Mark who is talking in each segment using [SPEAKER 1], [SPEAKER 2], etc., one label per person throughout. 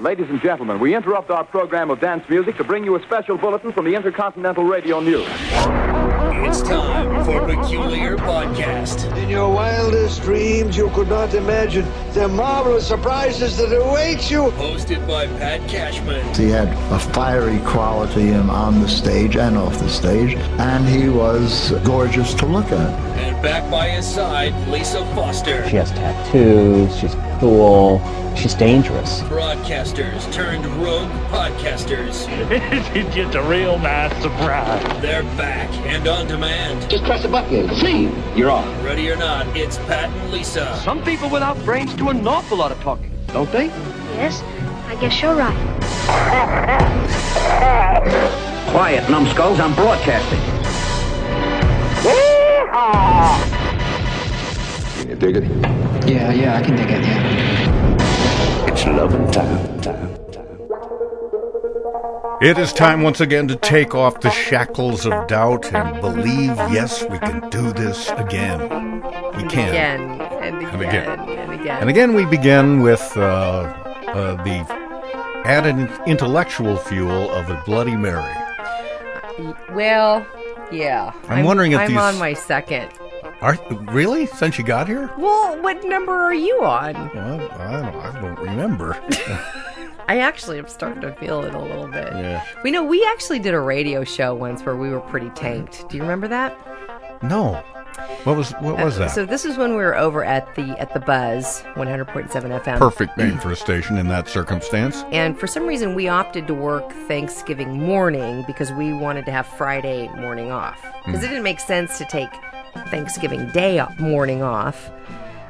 [SPEAKER 1] Ladies and gentlemen, we interrupt our program of dance music to bring you a special bulletin from the Intercontinental Radio News.
[SPEAKER 2] It's time for Peculiar Podcast.
[SPEAKER 3] In your wildest dreams, you could not imagine the marvelous surprises that await you.
[SPEAKER 2] Hosted by Pat Cashman.
[SPEAKER 4] He had a fiery quality in, on the stage and off the stage, and he was gorgeous to look at.
[SPEAKER 2] And back by his side, Lisa Foster.
[SPEAKER 5] She has tattoos. She's cool. She's dangerous.
[SPEAKER 2] Broadcasters turned rogue podcasters.
[SPEAKER 6] it's just a real nice surprise.
[SPEAKER 2] They're back and on demand.
[SPEAKER 7] Just press a button. See, you're on.
[SPEAKER 2] Ready or not, it's Pat and Lisa.
[SPEAKER 8] Some people without brains do an awful lot of talking, don't they?
[SPEAKER 9] Yes, I guess you're right.
[SPEAKER 7] Quiet, numbskulls. I'm broadcasting.
[SPEAKER 1] Can you dig it?
[SPEAKER 7] Yeah, yeah, I can dig it. Yeah. It's loving time, time, time.
[SPEAKER 10] It is time once again to take off the shackles of doubt and believe, yes, we can do this again. We can.
[SPEAKER 11] Again and again
[SPEAKER 10] And
[SPEAKER 11] and
[SPEAKER 10] again.
[SPEAKER 11] again.
[SPEAKER 10] And again, we begin with uh, uh, the added intellectual fuel of a Bloody Mary.
[SPEAKER 11] Well, yeah.
[SPEAKER 10] I'm wondering if
[SPEAKER 11] I'm
[SPEAKER 10] these-
[SPEAKER 11] on my second.
[SPEAKER 10] Are, really? Since you got here?
[SPEAKER 11] Well, what number are you on?
[SPEAKER 10] Well, I don't, I don't remember.
[SPEAKER 11] I actually am starting to feel it a little bit.
[SPEAKER 10] Yeah.
[SPEAKER 11] We know we actually did a radio show once where we were pretty tanked. Do you remember that?
[SPEAKER 10] no. What was what was that?
[SPEAKER 11] Uh, So um, this is when we were over at the at the Buzz 100.7 FM.
[SPEAKER 10] Perfect name for a station in that circumstance.
[SPEAKER 11] And for some reason, we opted to work Thanksgiving morning because we wanted to have Friday morning off.
[SPEAKER 10] Hmm.
[SPEAKER 11] Because it didn't make sense to take Thanksgiving day o- morning off,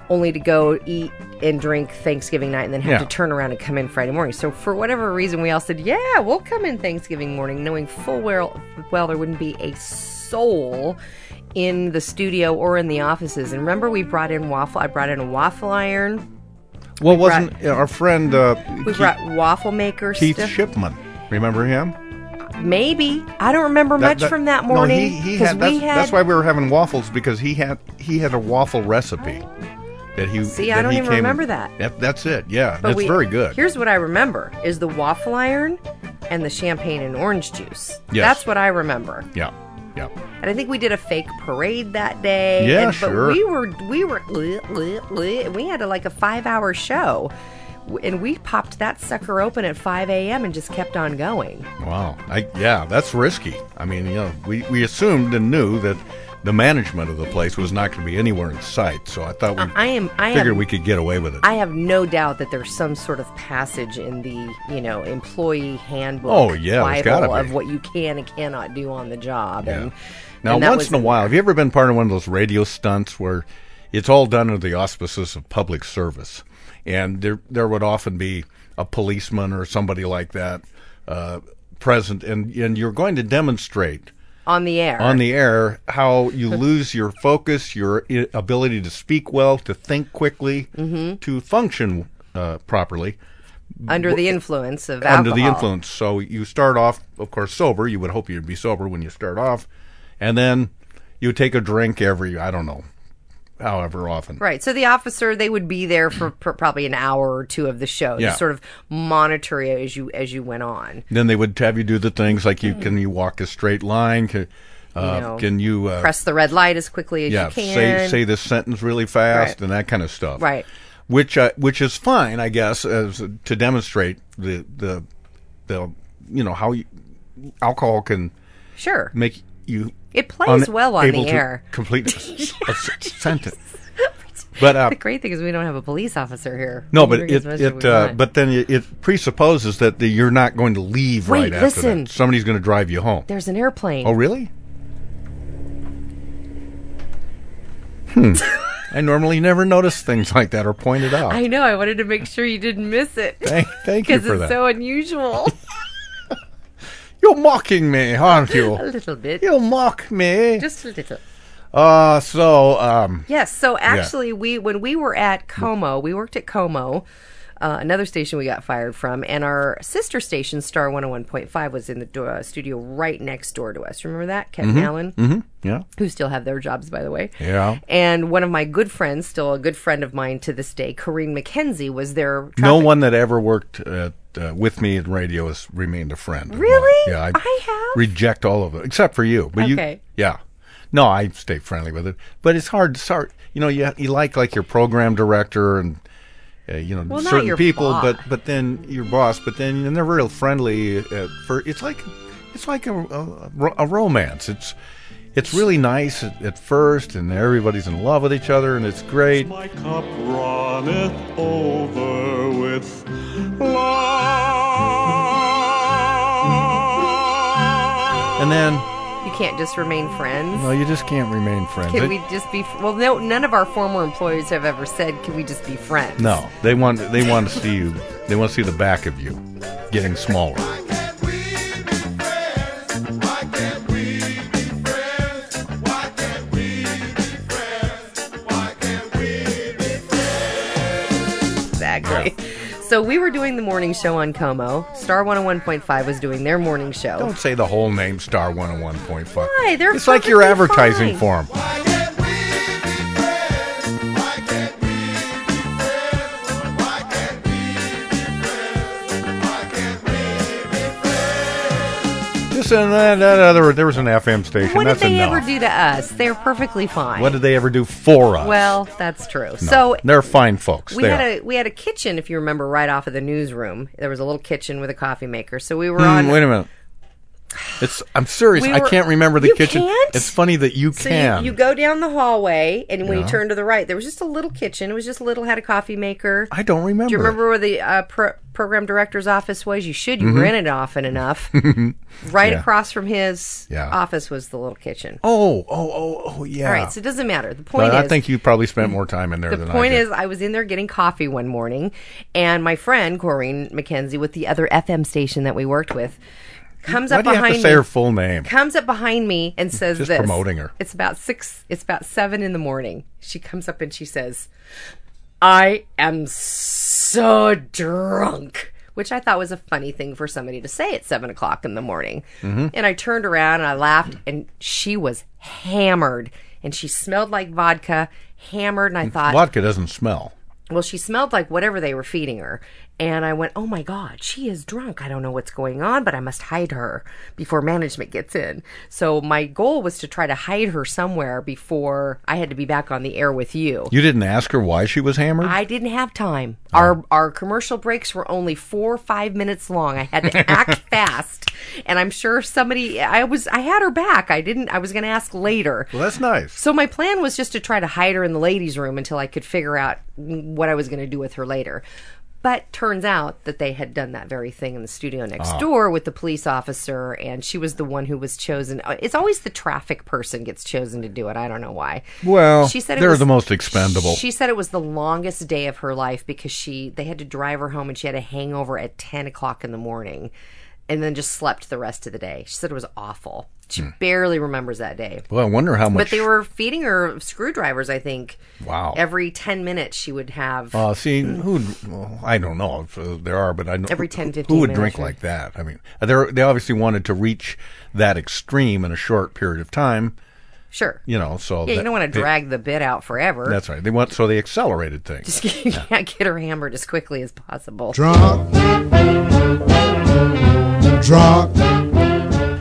[SPEAKER 11] only to go eat and drink Thanksgiving night and then have
[SPEAKER 10] Yeah.
[SPEAKER 11] to turn around and come in Friday morning. So for whatever reason, we all said, yeah, we'll come in Thanksgiving morning, knowing full well, well there wouldn't be a soul in the studio or in the offices. And remember, we brought in waffle. I brought in a waffle iron.
[SPEAKER 10] Well,
[SPEAKER 11] We
[SPEAKER 10] wasn't our friend uh,
[SPEAKER 11] We
[SPEAKER 10] Keith,
[SPEAKER 11] brought waffle maker
[SPEAKER 10] Keith
[SPEAKER 11] stuff.
[SPEAKER 10] Shipman? Remember him?
[SPEAKER 11] Maybe I don't remember much from that morning
[SPEAKER 10] No, he, he
[SPEAKER 11] 'cause
[SPEAKER 10] had, that's,
[SPEAKER 11] we had.
[SPEAKER 10] that's why we were having waffles because he had he had a waffle recipe that he
[SPEAKER 11] See, I
[SPEAKER 10] that
[SPEAKER 11] don't
[SPEAKER 10] he
[SPEAKER 11] even
[SPEAKER 10] came-
[SPEAKER 11] remember that.
[SPEAKER 10] That's it. Yeah,
[SPEAKER 11] but
[SPEAKER 10] that's
[SPEAKER 11] we-
[SPEAKER 10] very good.
[SPEAKER 11] Here's what I remember: is the waffle iron and the champagne and orange juice.
[SPEAKER 10] Yes.
[SPEAKER 11] That's what I remember.
[SPEAKER 10] yeah, yeah.
[SPEAKER 11] And I think we did a fake parade that day.
[SPEAKER 10] Yeah,
[SPEAKER 11] and, but
[SPEAKER 10] sure.
[SPEAKER 11] We were we were and we had a, like a five hour show, W- and we popped that sucker open at five a.m. and just kept on going.
[SPEAKER 10] Wow. I yeah, that's risky. I mean, you know, we we assumed and knew that the management of the place was not going to be anywhere in sight. So I thought we
[SPEAKER 11] I I am I
[SPEAKER 10] figured
[SPEAKER 11] am
[SPEAKER 10] we could get away with it.
[SPEAKER 11] I have no doubt that there's some sort of passage in the, you know, employee handbook
[SPEAKER 10] Oh, yeah, there's gotta
[SPEAKER 11] Bible
[SPEAKER 10] be.
[SPEAKER 11] of what you can and cannot do on the job.
[SPEAKER 10] yeah.
[SPEAKER 11] And,
[SPEAKER 10] Now,
[SPEAKER 11] and that
[SPEAKER 10] once
[SPEAKER 11] was-
[SPEAKER 10] in a while, have you ever been part of one of those radio stunts where it's all done under the auspices of public service, and there there would often be a policeman or somebody like that uh, present, and and you're going to demonstrate
[SPEAKER 11] on the air.
[SPEAKER 10] on the air how you lose your focus, your i- ability to speak well, to think quickly,
[SPEAKER 11] Mm-hmm.
[SPEAKER 10] to function uh, properly
[SPEAKER 11] under the influence of
[SPEAKER 10] under the
[SPEAKER 11] alcohol.
[SPEAKER 10] influence. So you start off, of course, sober. You would hope you'd be sober when you start off, and then you take a drink every I don't know, however often.
[SPEAKER 11] Right. So the officer, they would be there for pr- probably an hour or two of the show
[SPEAKER 10] Yeah.
[SPEAKER 11] to sort of monitor you as you as you went on.
[SPEAKER 10] Then they would have you do the things like you can you walk a straight line. Can, uh,
[SPEAKER 11] Hmm. You know,
[SPEAKER 10] can you uh,
[SPEAKER 11] Press the red light as quickly as
[SPEAKER 10] yeah
[SPEAKER 11] you can.
[SPEAKER 10] say say this sentence really fast
[SPEAKER 11] Right.
[SPEAKER 10] and that kind of stuff.
[SPEAKER 11] Right.
[SPEAKER 10] Which uh, which is fine, I guess, as to demonstrate the the the you know how you, alcohol can
[SPEAKER 11] sure.
[SPEAKER 10] make you
[SPEAKER 11] It plays
[SPEAKER 10] un-
[SPEAKER 11] well on
[SPEAKER 10] able
[SPEAKER 11] the
[SPEAKER 10] to
[SPEAKER 11] air.
[SPEAKER 10] Complete a s- a s- sentence. But uh,
[SPEAKER 11] The great thing is we don't have a police officer here.
[SPEAKER 10] no,
[SPEAKER 11] We
[SPEAKER 10] but
[SPEAKER 11] can do
[SPEAKER 10] it
[SPEAKER 11] as much as
[SPEAKER 10] it
[SPEAKER 11] we
[SPEAKER 10] uh,
[SPEAKER 11] want.
[SPEAKER 10] but then it, it presupposes that the, you're not going to leave
[SPEAKER 11] Wait,
[SPEAKER 10] right after
[SPEAKER 11] listen.
[SPEAKER 10] that. Somebody's going to drive you home.
[SPEAKER 11] there's an airplane.
[SPEAKER 10] Oh, really? Hmm. I normally never notice things like that or point it out.
[SPEAKER 11] I know. I wanted to make sure you didn't miss it.
[SPEAKER 10] thank, thank you
[SPEAKER 11] Because
[SPEAKER 10] for
[SPEAKER 11] it's
[SPEAKER 10] that.
[SPEAKER 11] so unusual.
[SPEAKER 10] You're mocking me, aren't
[SPEAKER 11] a
[SPEAKER 10] you?
[SPEAKER 11] little bit.
[SPEAKER 10] You mock me.
[SPEAKER 11] Just a little.
[SPEAKER 10] Uh, so um,
[SPEAKER 11] Yes. So actually, we when we were at Como, we worked at Como Uh, another station we got fired from, and our sister station, Star 101.5, was in the do- uh, studio right next door to us. Remember that? Kevin
[SPEAKER 10] Mhm.
[SPEAKER 11] Allen?
[SPEAKER 10] Mhm. Yeah.
[SPEAKER 11] Who still have their jobs, by the way.
[SPEAKER 10] Yeah.
[SPEAKER 11] And one of my good friends, still a good friend of mine to this day, Corrine McKenzie, was their.
[SPEAKER 10] No one that ever worked at, uh, with me in radio has remained a friend.
[SPEAKER 11] Really?
[SPEAKER 10] Yeah, I, have. Reject all of it except for you. But you,
[SPEAKER 11] Okay.
[SPEAKER 10] yeah. No, I stay friendly with it, but it's hard. It's hard. You know, you you like like your program director and uh, you know
[SPEAKER 11] Well, not
[SPEAKER 10] certain
[SPEAKER 11] your
[SPEAKER 10] people,
[SPEAKER 11] boss.
[SPEAKER 10] but but then your boss, but then you're never real friendly. At, for it's like it's like a, a, a romance. It's it's really nice at, at first, and everybody's in love with each other, and it's great.
[SPEAKER 6] My cup runneth over with love.
[SPEAKER 10] And then
[SPEAKER 11] You can't just remain friends.
[SPEAKER 10] no, you just can't remain friends.
[SPEAKER 11] Can
[SPEAKER 10] It-
[SPEAKER 11] we just be well? No, none of our former employees have ever said, "Can we just be friends?"
[SPEAKER 10] No, they want they want to see you. They want to see the back of you getting smaller.
[SPEAKER 11] Exactly. So we were doing the morning show on Como. Star 101.5 was doing their morning show.
[SPEAKER 10] Don't say the whole name Star 101.5.
[SPEAKER 11] Why? They're
[SPEAKER 10] it's like you're
[SPEAKER 11] perfectly
[SPEAKER 10] advertising
[SPEAKER 11] fine.
[SPEAKER 10] for 'em. This and that, that other. There was an FM station.
[SPEAKER 11] What did
[SPEAKER 10] That's
[SPEAKER 11] they
[SPEAKER 10] enough.
[SPEAKER 11] ever do to us? They're perfectly fine.
[SPEAKER 10] What did they ever do for us?
[SPEAKER 11] Well, that's true.
[SPEAKER 10] No,
[SPEAKER 11] So
[SPEAKER 10] they're fine folks.
[SPEAKER 11] we
[SPEAKER 10] they
[SPEAKER 11] had
[SPEAKER 10] are.
[SPEAKER 11] a we had a kitchen, if you remember, right off of the newsroom. There was a little kitchen with a coffee maker. So we were
[SPEAKER 10] Hmm,
[SPEAKER 11] on.
[SPEAKER 10] wait a minute. It's. I'm serious.
[SPEAKER 11] We
[SPEAKER 10] I
[SPEAKER 11] were-
[SPEAKER 10] can't remember the
[SPEAKER 11] You
[SPEAKER 10] kitchen.
[SPEAKER 11] can't?
[SPEAKER 10] It's funny that you
[SPEAKER 11] So
[SPEAKER 10] can.
[SPEAKER 11] You, you go down the hallway, and when
[SPEAKER 10] Yeah.
[SPEAKER 11] you turn to the right, there was just a little kitchen. It was just little, had a coffee maker.
[SPEAKER 10] I don't remember.
[SPEAKER 11] Do you remember where the uh, pro- program director's office was? You should. You were in
[SPEAKER 10] Mhm.
[SPEAKER 11] it often enough. right
[SPEAKER 10] Yeah.
[SPEAKER 11] across from his
[SPEAKER 10] Yeah.
[SPEAKER 11] office was the little kitchen.
[SPEAKER 10] Oh, oh, oh, oh, yeah.
[SPEAKER 11] All right, so it doesn't matter. The point
[SPEAKER 10] But
[SPEAKER 11] is, Hmm.
[SPEAKER 10] I think you probably spent more time in there
[SPEAKER 11] the
[SPEAKER 10] than
[SPEAKER 11] point
[SPEAKER 10] I did.
[SPEAKER 11] is, I was in there getting coffee one morning, and my friend Corrine McKenzie with the other FM station that we worked with comes
[SPEAKER 10] Why
[SPEAKER 11] up
[SPEAKER 10] do you have
[SPEAKER 11] behind
[SPEAKER 10] to say
[SPEAKER 11] me.
[SPEAKER 10] her full name?
[SPEAKER 11] Comes up behind me and says,
[SPEAKER 10] Just
[SPEAKER 11] "This
[SPEAKER 10] promoting her.
[SPEAKER 11] It's about six. It's about seven in the morning. She comes up and she says, "I am so drunk." Which I thought was a funny thing for somebody to say at seven o'clock in the morning.
[SPEAKER 10] Mm-hmm.
[SPEAKER 12] Mhm.
[SPEAKER 11] And I turned around and I laughed, and she was hammered. And she smelled like vodka, hammered.
[SPEAKER 10] Mm,
[SPEAKER 11] And I thought,
[SPEAKER 10] Vodka doesn't smell.
[SPEAKER 11] well, she smelled like whatever they were feeding her. And I went, oh my God, she is drunk. I don't know what's going on, but I must hide her before management gets in. So my goal was to try to hide her somewhere before I had to be back on the air with you.
[SPEAKER 10] You didn't ask her why she was hammered?
[SPEAKER 11] I didn't have time. Our our commercial breaks were only four or five minutes long. I had to act fast, and I'm sure somebody. I was I had her back. I didn't. I was going to ask later.
[SPEAKER 10] Well, that's nice.
[SPEAKER 11] So my plan was just to try to hide her in the ladies' room until I could figure out what I was going to do with her later. But turns out that they had done that very thing in the studio next
[SPEAKER 10] Oh.
[SPEAKER 12] Ah.
[SPEAKER 11] door with the police officer, and she was the one who was chosen. Uh, It's always the traffic person gets chosen to do it. I don't know why.
[SPEAKER 10] Well,
[SPEAKER 11] she said it
[SPEAKER 10] they're
[SPEAKER 11] was-
[SPEAKER 10] the most expendable.
[SPEAKER 11] She said it was the longest day of her life because she they had to drive her home and she had a hangover at ten o'clock in the morning, and then just slept the rest of the day. She said it was awful. She
[SPEAKER 10] Hmm.
[SPEAKER 11] barely remembers that day.
[SPEAKER 10] well, I wonder how
[SPEAKER 11] But
[SPEAKER 10] much.
[SPEAKER 11] they were feeding her screwdrivers. I think
[SPEAKER 10] wow.
[SPEAKER 11] every ten minutes she would have.
[SPEAKER 10] Uh, see, who? Well, I don't know if uh, there are, but I know
[SPEAKER 11] Every 10, 15
[SPEAKER 10] Who would drink
[SPEAKER 11] minutes, right?
[SPEAKER 10] like that? I mean, they they obviously wanted to reach that extreme in a short period of time.
[SPEAKER 11] sure.
[SPEAKER 10] You know, so
[SPEAKER 11] yeah,
[SPEAKER 10] that-
[SPEAKER 11] you don't want
[SPEAKER 10] they-
[SPEAKER 11] to drag the bit out forever.
[SPEAKER 10] That's right. They want so they accelerated things.
[SPEAKER 11] Just get, yeah, get her hammered as quickly as possible.
[SPEAKER 10] Drunk.
[SPEAKER 4] Drunk.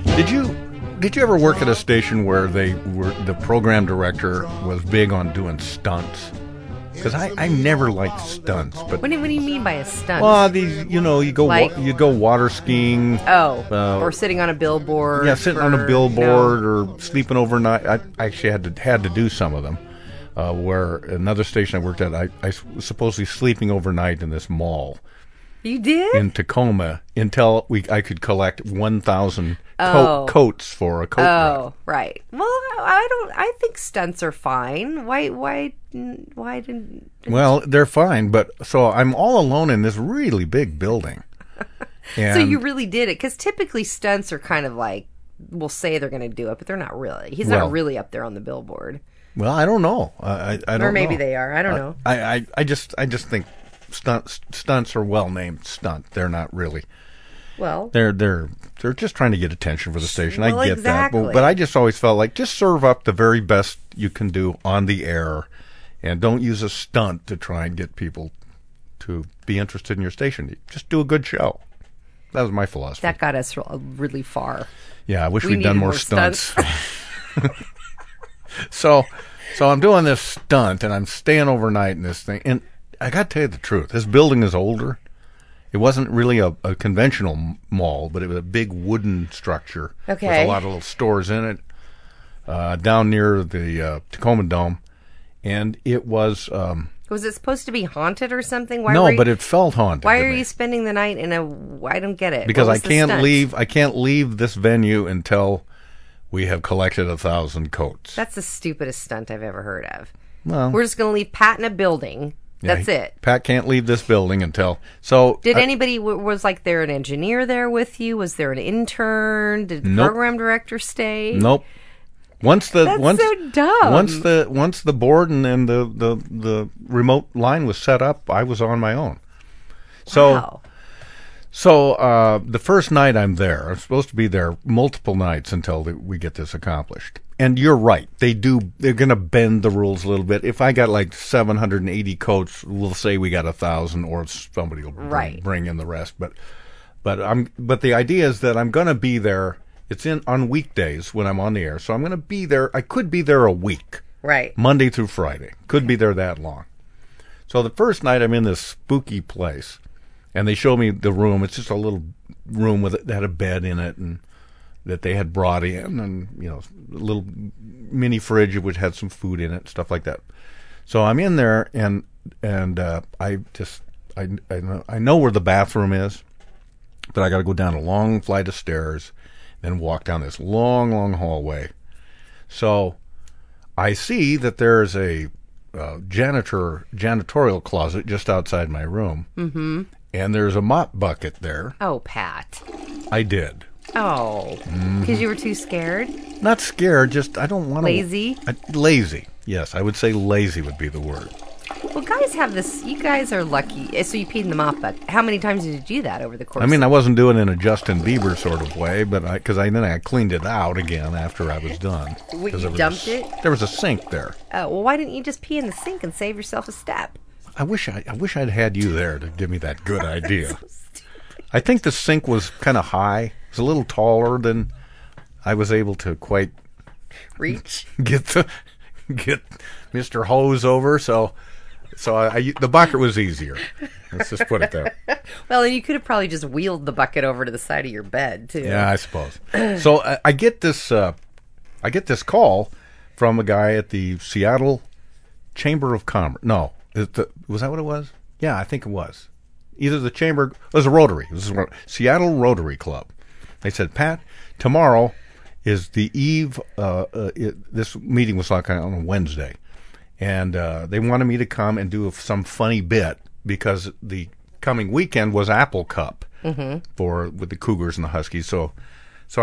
[SPEAKER 10] Did you did you ever work at a station where they were the program director was big on doing stunts? Because I, I never liked stunts, but
[SPEAKER 11] What do, what do you mean by a stunt?
[SPEAKER 10] well, these you know you go wa-
[SPEAKER 11] Like-
[SPEAKER 10] you go water skiing.
[SPEAKER 11] oh,
[SPEAKER 10] uh,
[SPEAKER 11] or sitting on a billboard.
[SPEAKER 10] yeah, sitting on
[SPEAKER 11] for-
[SPEAKER 10] a
[SPEAKER 11] no.
[SPEAKER 10] billboard or sleeping overnight. I I actually had to had to do some of them. Uh, where another station I worked at, I, I was supposedly sleeping overnight in this mall
[SPEAKER 11] You did?
[SPEAKER 10] in Tacoma until we I could collect one thousand
[SPEAKER 11] Oh.
[SPEAKER 10] coats for a coat. run.
[SPEAKER 11] oh, right. Well, I- I don't. I think stunts are fine. Why? Why? Why didn't?
[SPEAKER 10] Well, they're fine, but so I'm all alone in this really big building. And
[SPEAKER 11] so you really did it because typically stunts are kind of like we'll say they're going to do it, but they're not really. He's
[SPEAKER 10] Well-
[SPEAKER 11] not really up there on the billboard.
[SPEAKER 10] well, I don't know. I, I, I don't
[SPEAKER 11] Or
[SPEAKER 10] know.
[SPEAKER 11] maybe
[SPEAKER 10] Uh,
[SPEAKER 11] they are. I don't know.
[SPEAKER 10] I, I, I just I just think stunts stunts are well named stunt. They're not really.
[SPEAKER 11] Well,
[SPEAKER 10] They're they're they're just trying to get attention for the station.
[SPEAKER 11] Well,
[SPEAKER 10] I get that,
[SPEAKER 11] exactly.
[SPEAKER 10] but, but I just always felt like just serve up the very best you can do on the air, and don't use a stunt to try and get people to be interested in your station. Just do a good show. That was my philosophy.
[SPEAKER 11] that got us r- really far.
[SPEAKER 10] Yeah, I wish
[SPEAKER 11] We
[SPEAKER 10] we had done
[SPEAKER 11] needed
[SPEAKER 10] more,
[SPEAKER 11] more
[SPEAKER 10] stunts.
[SPEAKER 11] stunts.
[SPEAKER 10] so, so I'm doing this stunt, and I'm staying overnight in this thing. And I got to tell you the truth, this building is older. It wasn't really a, a conventional m- mall, but it was a big wooden structure with
[SPEAKER 11] Okay.
[SPEAKER 10] a lot of little stores in it, uh, down near the uh, Tacoma Dome, and it was um,
[SPEAKER 11] Was it supposed to be haunted or something? Why
[SPEAKER 10] no,
[SPEAKER 11] were you,
[SPEAKER 10] but it felt haunted.
[SPEAKER 11] Why
[SPEAKER 10] to
[SPEAKER 11] are
[SPEAKER 10] me.
[SPEAKER 11] you spending the night in a? I don't get it.
[SPEAKER 10] because
[SPEAKER 11] What
[SPEAKER 10] I
[SPEAKER 11] was the
[SPEAKER 10] can't
[SPEAKER 11] stunt?
[SPEAKER 10] leave. I can't leave this venue until we have collected a thousand coats.
[SPEAKER 11] That's the stupidest stunt I've ever heard of.
[SPEAKER 10] Well-
[SPEAKER 11] we're just going to leave Pat in a building.
[SPEAKER 10] Yeah,
[SPEAKER 11] That's
[SPEAKER 10] he-
[SPEAKER 11] it.
[SPEAKER 10] Pat can't leave this building until so.
[SPEAKER 11] Did
[SPEAKER 10] I-
[SPEAKER 11] anybody w- was like there an engineer there with you? Was there an intern? Did the
[SPEAKER 10] Nope.
[SPEAKER 11] program director stay?
[SPEAKER 10] Nope. Once the
[SPEAKER 11] That's
[SPEAKER 10] once
[SPEAKER 11] so dumb.
[SPEAKER 10] once the once the board and, and the, the the remote line was set up, I was on my own. So so uh, the first night I'm there, I'm supposed to be there multiple nights until the, we get this accomplished. And you're right, they do. They're going to bend the rules a little bit. If I got like 780 coats, we'll say we got a thousand, or somebody will bring,
[SPEAKER 11] Right.
[SPEAKER 10] bring in the rest. But but I'm but the idea is that I'm going to be there. It's in on weekdays when I'm on the air, so I'm going to be there. I could be there a week.
[SPEAKER 11] Right.
[SPEAKER 10] Monday through Friday. Could be there that long. So the first night I'm in this spooky place, and they show me the room. It's just a little room with that had a bed in it, and that they had brought in, and you know, a little mini fridge which had some food in it, stuff like that. So I'm in there, and and uh, I just I I know, I know where the bathroom is, but I got to go down a long flight of stairs, then walk down this long long hallway. So I see that there's a uh, janitor janitorial closet just outside my room,
[SPEAKER 11] Mm-hmm.
[SPEAKER 10] and there's a mop bucket there.
[SPEAKER 11] Oh, Pat.
[SPEAKER 10] I did.
[SPEAKER 11] Oh,
[SPEAKER 10] Mhm.
[SPEAKER 11] because you were too scared.
[SPEAKER 10] Not scared, just I don't want to
[SPEAKER 11] Lazy?
[SPEAKER 10] lazy. Yes, I would say lazy would be the word.
[SPEAKER 11] Well, guys have this. You guys are lucky. eh, So you peed in the mop bucket. How many times did you do that over the course?
[SPEAKER 10] I mean, I wasn't doing it in a Justin Bieber sort of way, but I because I then I cleaned it out again after I was done.
[SPEAKER 11] Wait,
[SPEAKER 10] 'Cause
[SPEAKER 11] you
[SPEAKER 10] there was a
[SPEAKER 11] dumped
[SPEAKER 10] s-
[SPEAKER 11] it?
[SPEAKER 10] There was a sink there.
[SPEAKER 11] Uh, well, why didn't you just pee in the sink and save yourself a step?
[SPEAKER 10] I wish I, I wish I'd had you there to give me that good idea. I think the sink was kind of high. It was a little taller than I was able to quite
[SPEAKER 11] Reach.
[SPEAKER 10] get the get Mr. Hose over. So so I, I the bucket was easier. Let's just put it there.
[SPEAKER 11] Well, and you could have probably just wheeled the bucket over to the side of your bed too.
[SPEAKER 10] Yeah, I suppose. so I, I get this uh, I get this call from a guy at the Seattle Chamber of Commerce. No, is the, was that what it was? Yeah, I think it was. Either the chamber it was a Rotary. It was a Ro- Seattle Rotary Club. They said, Pat, tomorrow is the eve. Uh, uh, it, this meeting was like on a Wednesday, and uh, they wanted me to come and do some funny bit because the coming weekend was Apple Cup
[SPEAKER 12] Mm-hmm.
[SPEAKER 10] for with the Cougars and the Huskies. So, so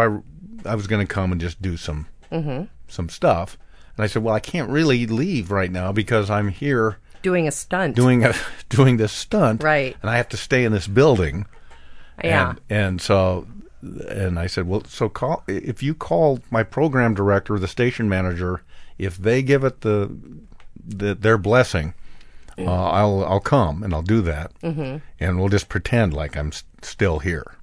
[SPEAKER 10] I I was going to come and just do some
[SPEAKER 11] Mhm.
[SPEAKER 10] some stuff. And I said, well, I can't really leave right now because I'm here
[SPEAKER 11] Doing a stunt.
[SPEAKER 10] doing a doing this stunt,
[SPEAKER 11] Right.
[SPEAKER 10] And I have to stay in this building.
[SPEAKER 11] Yeah.
[SPEAKER 10] And, and so, and I said, well, so call if you call my program director, the station manager, if they give it the, the their blessing, uh, I'll I'll come and I'll do that,
[SPEAKER 11] Mhm.
[SPEAKER 10] and we'll just pretend like I'm s- still here.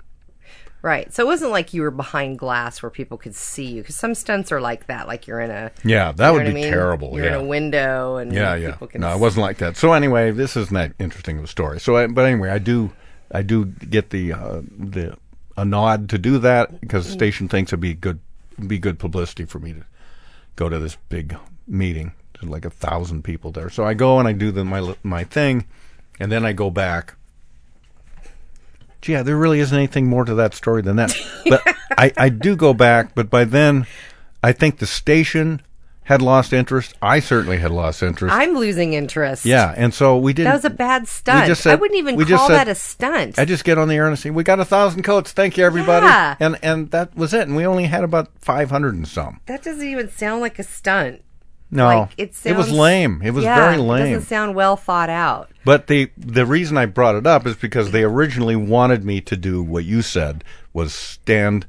[SPEAKER 11] Right. So it wasn't like you were behind glass where people could see you. Because some stunts are like that. Like you're in a.
[SPEAKER 10] Yeah, that
[SPEAKER 11] you know
[SPEAKER 10] would
[SPEAKER 11] what I
[SPEAKER 10] be
[SPEAKER 11] mean?
[SPEAKER 10] terrible,
[SPEAKER 11] You're
[SPEAKER 10] yeah.
[SPEAKER 11] in a window and
[SPEAKER 10] yeah, yeah.
[SPEAKER 11] people can
[SPEAKER 10] No, it wasn't like that. So anyway, this isn't that interesting of a story. So, I, but anyway, I do, I do get the uh, the a nod to do that because
[SPEAKER 11] Mm.
[SPEAKER 10] the station thinks it'd be good, be good publicity for me to go to this big meeting. There's like a thousand people there. So I go and I do the, my li- my thing, and then I go back. Gee, yeah, there really isn't anything more to that story than that. But I, I do go back, but by then, I think the station had lost interest. I certainly had lost interest.
[SPEAKER 11] I'm losing interest.
[SPEAKER 10] Yeah, and so we didn't.
[SPEAKER 11] That was a bad stunt.
[SPEAKER 10] just
[SPEAKER 11] I
[SPEAKER 10] said-
[SPEAKER 11] wouldn't even
[SPEAKER 10] we
[SPEAKER 11] call
[SPEAKER 10] just said-
[SPEAKER 11] that a stunt.
[SPEAKER 10] I just get on the air and say, "We got a thousand coats. Thank you, everybody."
[SPEAKER 11] Yeah.
[SPEAKER 10] And and that was it. And we only had about five hundred and some.
[SPEAKER 11] That doesn't even sound like a stunt.
[SPEAKER 10] No,
[SPEAKER 11] Like, it
[SPEAKER 10] it was
[SPEAKER 11] sounds-
[SPEAKER 10] lame. It was
[SPEAKER 11] Yeah,
[SPEAKER 10] very
[SPEAKER 11] It
[SPEAKER 10] lame.
[SPEAKER 11] doesn't sound well thought out.
[SPEAKER 10] But the the reason I brought it up is because they originally wanted me to do what you said was stand,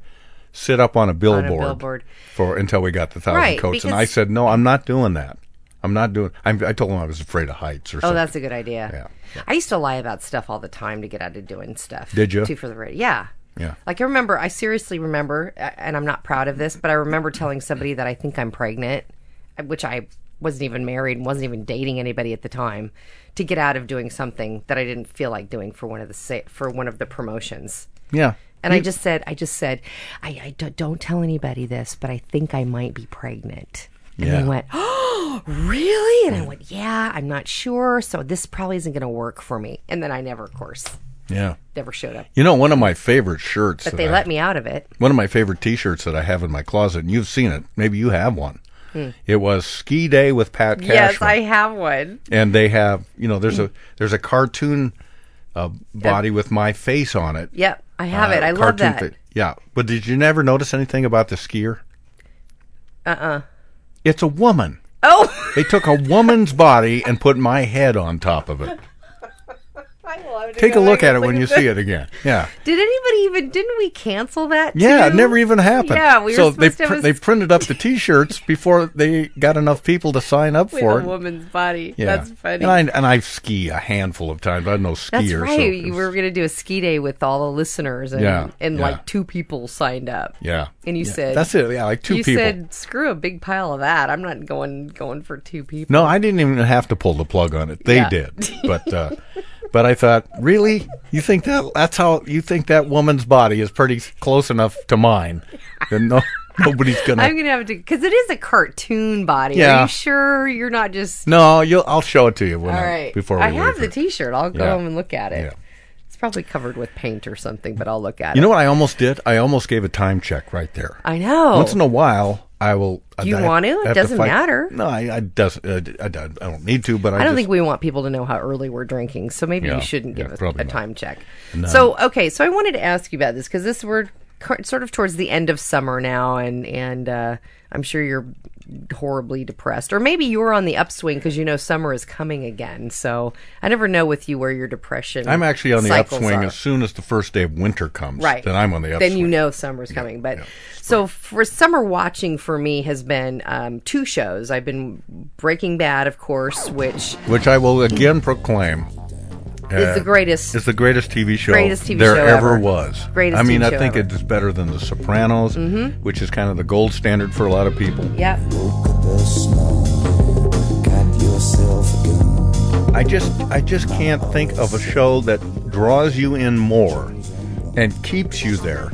[SPEAKER 10] sit up on a billboard,
[SPEAKER 11] billboard.
[SPEAKER 10] for until we got the thousand
[SPEAKER 11] Right,
[SPEAKER 10] coats, and I
[SPEAKER 11] because-
[SPEAKER 10] said no, I'm not doing that. I'm not doing. I'm, I told them I was afraid of heights or
[SPEAKER 11] Oh,
[SPEAKER 10] something.
[SPEAKER 11] that's a good idea. I used to lie about stuff all the time to get out of doing stuff.
[SPEAKER 10] Did you?
[SPEAKER 11] Too for the radio. Yeah.
[SPEAKER 10] yeah.
[SPEAKER 11] Like I remember, I seriously remember, a- and I'm not proud of this, but I remember telling somebody that I think I'm pregnant, which I wasn't even married and wasn't even dating anybody at the time, to get out of doing something that I didn't feel like doing for one of the sa- for one of the promotions.
[SPEAKER 10] Yeah.
[SPEAKER 11] And I
[SPEAKER 10] You-
[SPEAKER 11] just said, I just said, I, I d- don't tell anybody this, but I think I might be pregnant. And
[SPEAKER 10] Yeah.
[SPEAKER 11] they went, oh, really? And I went, yeah, I'm not sure. So this probably isn't going to work for me. And then I never, of course,
[SPEAKER 10] Yeah.
[SPEAKER 11] never showed up.
[SPEAKER 10] You know, one of my favorite shirts.
[SPEAKER 11] But
[SPEAKER 10] that
[SPEAKER 11] they
[SPEAKER 10] I-
[SPEAKER 11] let me out of it.
[SPEAKER 10] One of my favorite T-shirts that I have in my closet, and you've seen it. Maybe you have one.
[SPEAKER 11] Hmm.
[SPEAKER 10] It was Ski Day with Pat Cashman.
[SPEAKER 11] Yes, I Hmm. have one.
[SPEAKER 10] and they have you know there's a there's a cartoon uh, body with my face on it.
[SPEAKER 11] Yep, I have
[SPEAKER 10] Uh,
[SPEAKER 11] it. I love
[SPEAKER 10] cartoon
[SPEAKER 11] that.
[SPEAKER 10] fa- yeah, but did you never notice anything about the skier?
[SPEAKER 11] Uh uh
[SPEAKER 10] It's a woman.
[SPEAKER 11] Oh.
[SPEAKER 10] they took a woman's body and put my head on top of it. Take a look at it when you see it again. Yeah.
[SPEAKER 11] Did anybody even, didn't we cancel that?
[SPEAKER 10] Yeah,
[SPEAKER 11] too?
[SPEAKER 10] it never even happened.
[SPEAKER 11] Yeah, we were
[SPEAKER 10] so they
[SPEAKER 11] supposed to have
[SPEAKER 10] pr-
[SPEAKER 11] a-
[SPEAKER 10] they printed up the T-shirts before they got enough people to sign up
[SPEAKER 11] With
[SPEAKER 10] for
[SPEAKER 11] a
[SPEAKER 10] it.
[SPEAKER 11] woman's body.
[SPEAKER 10] Yeah,
[SPEAKER 11] That's funny.
[SPEAKER 10] And I and I ski a handful of times. I know skier.
[SPEAKER 11] That's
[SPEAKER 10] so
[SPEAKER 11] right. you were going to do a ski day with all the listeners, and,
[SPEAKER 10] Yeah,
[SPEAKER 11] and
[SPEAKER 10] yeah.
[SPEAKER 11] like two people signed up.
[SPEAKER 10] Yeah.
[SPEAKER 11] And you
[SPEAKER 10] Yeah.
[SPEAKER 11] said
[SPEAKER 10] That's it, yeah, like two
[SPEAKER 11] you
[SPEAKER 10] people.
[SPEAKER 11] said screw a big pile of that. I'm not going going for two people.
[SPEAKER 10] No, I didn't even have to pull the plug on it. They
[SPEAKER 11] Yeah.
[SPEAKER 10] did, but uh, but I thought, really, you think that that's how you think that woman's body is pretty close enough to mine? Then no, nobody's gonna.
[SPEAKER 11] I'm going to have to because it is a cartoon body. Are
[SPEAKER 10] Yeah.
[SPEAKER 11] you sure you're not just
[SPEAKER 10] no, you'll. I'll show it to you when
[SPEAKER 11] all
[SPEAKER 10] I,
[SPEAKER 11] right?
[SPEAKER 10] before we
[SPEAKER 11] I have
[SPEAKER 10] leave
[SPEAKER 11] the
[SPEAKER 10] here.
[SPEAKER 11] T-shirt. I'll go
[SPEAKER 10] Yeah.
[SPEAKER 11] home and look at it.
[SPEAKER 10] Yeah.
[SPEAKER 11] It's probably covered with paint or something, but I'll look at
[SPEAKER 10] You
[SPEAKER 11] it.
[SPEAKER 10] know what I almost did? I almost gave a time check right there.
[SPEAKER 11] I know.
[SPEAKER 10] Once in a while, I will. I-
[SPEAKER 11] You
[SPEAKER 10] I
[SPEAKER 11] want to? It
[SPEAKER 10] have
[SPEAKER 11] doesn't
[SPEAKER 10] fight-
[SPEAKER 11] matter.
[SPEAKER 10] No, I, I doesn't. Uh, I, don't- I don't need to. But I,
[SPEAKER 11] I don't
[SPEAKER 10] just-
[SPEAKER 11] think we want people to know how early we're drinking, so maybe
[SPEAKER 10] Yeah,
[SPEAKER 11] you shouldn't
[SPEAKER 10] yeah,
[SPEAKER 11] give us
[SPEAKER 10] probably
[SPEAKER 11] a
[SPEAKER 10] not.
[SPEAKER 11] time check.
[SPEAKER 10] No.
[SPEAKER 11] So, okay, so I wanted to ask you about this because this we're cur- sort of towards the end of summer now, and and uh, I'm sure you're horribly depressed, or maybe you're on the upswing because you know summer is coming again. So I never know with you where your depression.
[SPEAKER 10] I'm actually on the
[SPEAKER 11] cycles
[SPEAKER 10] upswing
[SPEAKER 11] are.
[SPEAKER 10] as soon as the first day of winter comes.
[SPEAKER 11] Right.
[SPEAKER 10] Then I'm on the upswing.
[SPEAKER 11] Then you know summer's coming. But so for summer watching for me has been um, two shows. I've been Breaking Bad, of course, which
[SPEAKER 10] which I will again proclaim
[SPEAKER 11] Is the greatest-
[SPEAKER 10] It's the greatest TV show.
[SPEAKER 11] greatest TV
[SPEAKER 10] there
[SPEAKER 11] show
[SPEAKER 10] ever,
[SPEAKER 11] ever.
[SPEAKER 10] was.
[SPEAKER 11] Greatest
[SPEAKER 10] I mean,
[SPEAKER 11] TV
[SPEAKER 10] I
[SPEAKER 11] show
[SPEAKER 10] think
[SPEAKER 11] ever.
[SPEAKER 10] it's better than The Sopranos,
[SPEAKER 11] Mhm.
[SPEAKER 10] which is kind of the gold standard for a lot of people.
[SPEAKER 11] yeah.
[SPEAKER 10] I just, I just can't think of a show that draws you in more and keeps you there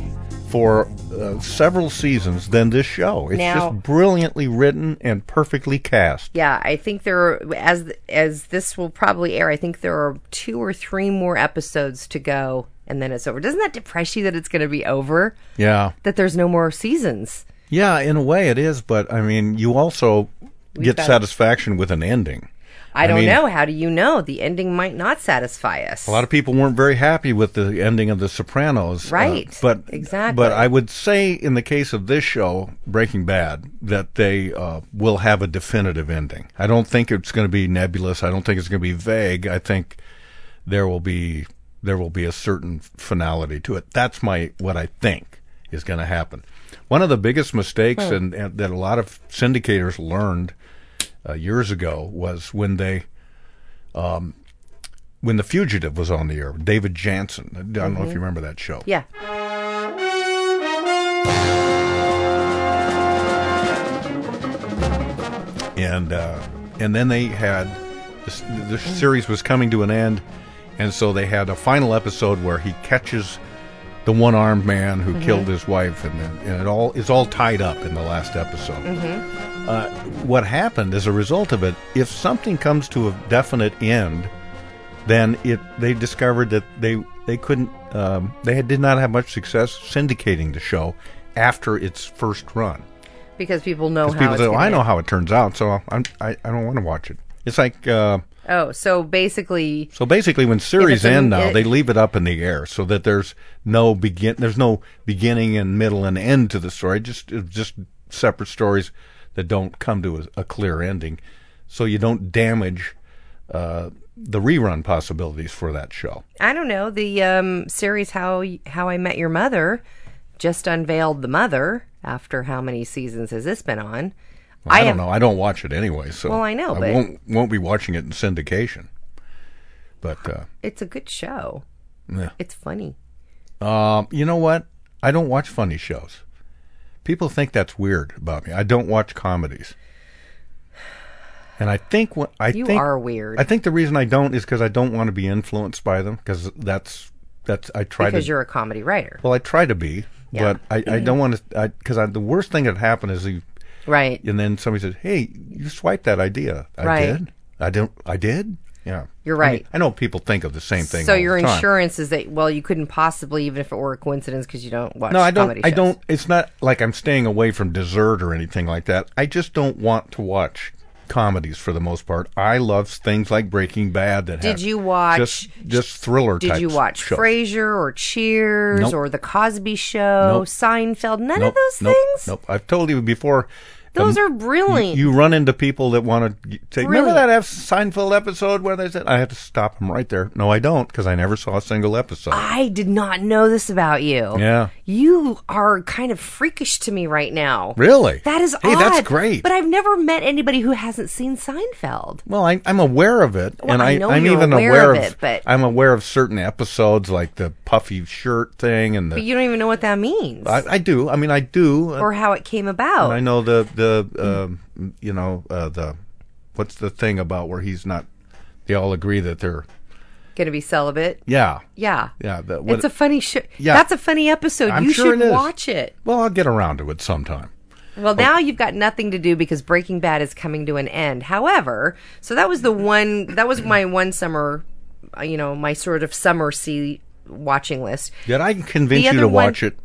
[SPEAKER 10] for uh, several seasons than this show. It's
[SPEAKER 11] Now-
[SPEAKER 10] just brilliantly written and perfectly cast.
[SPEAKER 11] Yeah, I think there are, as as this will probably air. I think there are two or three more episodes to go, and then it's over. Doesn't that depress you that it's going to be over?
[SPEAKER 10] Yeah.
[SPEAKER 11] That there's no more seasons.
[SPEAKER 10] Yeah, in a way it is, but I mean, you also
[SPEAKER 11] We've
[SPEAKER 10] get
[SPEAKER 11] got-
[SPEAKER 10] satisfaction with an ending.
[SPEAKER 11] I don't
[SPEAKER 10] mean,
[SPEAKER 11] know. How do you know? The ending might not satisfy us.
[SPEAKER 10] A lot of people weren't very happy with the ending of The Sopranos, uh,
[SPEAKER 11] Right,
[SPEAKER 10] but
[SPEAKER 11] exactly.
[SPEAKER 10] But I would say, in the case of this show, Breaking Bad, that they uh, will have a definitive ending. I don't think it's going to be nebulous. I don't think it's going to be vague. I think there will be there will be a certain finality to it. That's my what I think is going to happen. One of the biggest mistakes
[SPEAKER 12] Well-
[SPEAKER 10] and, and that a lot of syndicators learned uh, years ago was when they um, when the fugitive was on the air. David Jansen. I don't know if
[SPEAKER 11] Mhm.
[SPEAKER 10] you remember that show.
[SPEAKER 11] Yeah.
[SPEAKER 10] and uh, and then they had this, the series was coming to an end, and so they had a final episode where he catches the one-armed man who
[SPEAKER 12] Mhm.
[SPEAKER 10] killed his wife, and then and it all is all tied up in the last episode.
[SPEAKER 12] Mhm.
[SPEAKER 10] Uh, what happened as a result of it? If something comes to a definite end, then it they discovered that they they couldn't um, they had, did not have much success syndicating the show after its first run.
[SPEAKER 11] because people know how.
[SPEAKER 10] Because people
[SPEAKER 11] it's
[SPEAKER 10] say, well,
[SPEAKER 11] gonna
[SPEAKER 10] I know
[SPEAKER 11] end."
[SPEAKER 10] how it turns out, so I'm, I, I don't want to watch it. It's like, uh,
[SPEAKER 11] Oh, so basically,
[SPEAKER 10] so basically when series
[SPEAKER 11] a-
[SPEAKER 10] end now,
[SPEAKER 11] it-
[SPEAKER 10] they leave it up in the air so that there's no begin, there's no beginning and middle and end to the story. Just, it's just separate stories that don't come to a, a clear ending, so you don't damage uh, the rerun possibilities for that show.
[SPEAKER 11] I don't know the um, series how Y- how I met your mother just unveiled the mother after how many seasons has this been on?
[SPEAKER 10] I, don't
[SPEAKER 11] have-
[SPEAKER 10] know. I don't watch it anyway, so
[SPEAKER 11] Well, I know,
[SPEAKER 10] I
[SPEAKER 11] but-
[SPEAKER 10] won't won't be watching it in syndication. But uh,
[SPEAKER 11] It's a good show.
[SPEAKER 10] yeah.
[SPEAKER 11] It's funny.
[SPEAKER 10] Um, you know what? I don't watch funny shows. People think that's weird about me. I don't watch comedies. And I think what I
[SPEAKER 11] You
[SPEAKER 10] think,
[SPEAKER 11] are weird.
[SPEAKER 10] I think the reason I don't is because I don't want to be influenced by them because that's that's I try
[SPEAKER 11] because
[SPEAKER 10] to
[SPEAKER 11] you're a comedy writer,
[SPEAKER 10] well I try to be
[SPEAKER 11] Yeah. Mm-hmm.
[SPEAKER 10] but I, I don't want to because I, the worst thing that happened is you
[SPEAKER 11] right?
[SPEAKER 10] and then somebody says hey you swiped that idea I
[SPEAKER 11] Right.
[SPEAKER 10] did I don't I did yeah
[SPEAKER 11] You're
[SPEAKER 10] I mean,
[SPEAKER 11] right.
[SPEAKER 10] I, know people think of the same thing
[SPEAKER 11] So
[SPEAKER 10] all the
[SPEAKER 11] your
[SPEAKER 10] time.
[SPEAKER 11] insurance is that well, you couldn't possibly, even if it were a coincidence, because you don't watch.
[SPEAKER 10] No, I don't.
[SPEAKER 11] Comedy
[SPEAKER 10] I
[SPEAKER 11] shows.
[SPEAKER 10] don't. It's not like I'm staying away from dessert or anything like that. I just don't want to watch comedies for the most part. I love things like Breaking Bad. That
[SPEAKER 11] Did
[SPEAKER 10] have
[SPEAKER 11] you watch-
[SPEAKER 10] just just thriller?
[SPEAKER 11] Did you
[SPEAKER 10] types
[SPEAKER 11] watch
[SPEAKER 10] shows.
[SPEAKER 11] Frasier or Cheers
[SPEAKER 10] Nope.
[SPEAKER 11] or The Cosby Show,
[SPEAKER 10] Nope.
[SPEAKER 11] Seinfeld? None
[SPEAKER 10] Nope,
[SPEAKER 11] of those
[SPEAKER 10] nope,
[SPEAKER 11] things.
[SPEAKER 10] Nope. I've told you before.
[SPEAKER 11] Those
[SPEAKER 10] um,
[SPEAKER 11] are brilliant.
[SPEAKER 10] You, you run into people that want to take. Remember
[SPEAKER 11] Brilliant.
[SPEAKER 10] that F- Seinfeld episode where they said I have to stop them right there. No, I don't because I never saw a single episode.
[SPEAKER 11] I did not know this about you.
[SPEAKER 10] yeah.
[SPEAKER 11] You are kind of freakish to me right now.
[SPEAKER 10] Really?
[SPEAKER 11] That is
[SPEAKER 10] Hey,
[SPEAKER 11] odd.
[SPEAKER 10] that's great.
[SPEAKER 11] But I've never met anybody who hasn't seen Seinfeld.
[SPEAKER 10] Well, I, I'm aware of it,
[SPEAKER 11] Well,
[SPEAKER 10] and
[SPEAKER 11] I
[SPEAKER 10] I,
[SPEAKER 11] know
[SPEAKER 10] I'm
[SPEAKER 11] you're
[SPEAKER 10] even aware,
[SPEAKER 11] aware of
[SPEAKER 10] of,
[SPEAKER 11] it, but-
[SPEAKER 10] I'm aware of certain episodes, like the puffy shirt thing, and
[SPEAKER 11] But
[SPEAKER 10] the
[SPEAKER 11] you don't even know what that means
[SPEAKER 10] I, I do. I mean, I do, uh,
[SPEAKER 11] or how it came about.
[SPEAKER 10] and I know the the um you know uh, the what's the thing about where he's not. They all agree that they're
[SPEAKER 11] Going to be celibate.
[SPEAKER 10] yeah
[SPEAKER 11] Yeah.
[SPEAKER 10] yeah. That,
[SPEAKER 11] It's a funny show.
[SPEAKER 10] Yeah.
[SPEAKER 11] That's a funny episode.
[SPEAKER 10] I'm
[SPEAKER 11] you
[SPEAKER 10] sure
[SPEAKER 11] should
[SPEAKER 10] it is. Oh.
[SPEAKER 11] watch it.
[SPEAKER 10] well, I'll get around to it sometime.
[SPEAKER 11] Well, now you've got nothing to do because Breaking Bad is coming to an end. However, so that was the one, that was my one summer, uh, you know, my sort of summer sea watching list.
[SPEAKER 10] Did I convince
[SPEAKER 11] The
[SPEAKER 10] you
[SPEAKER 11] other
[SPEAKER 10] to
[SPEAKER 11] one-
[SPEAKER 10] watch it?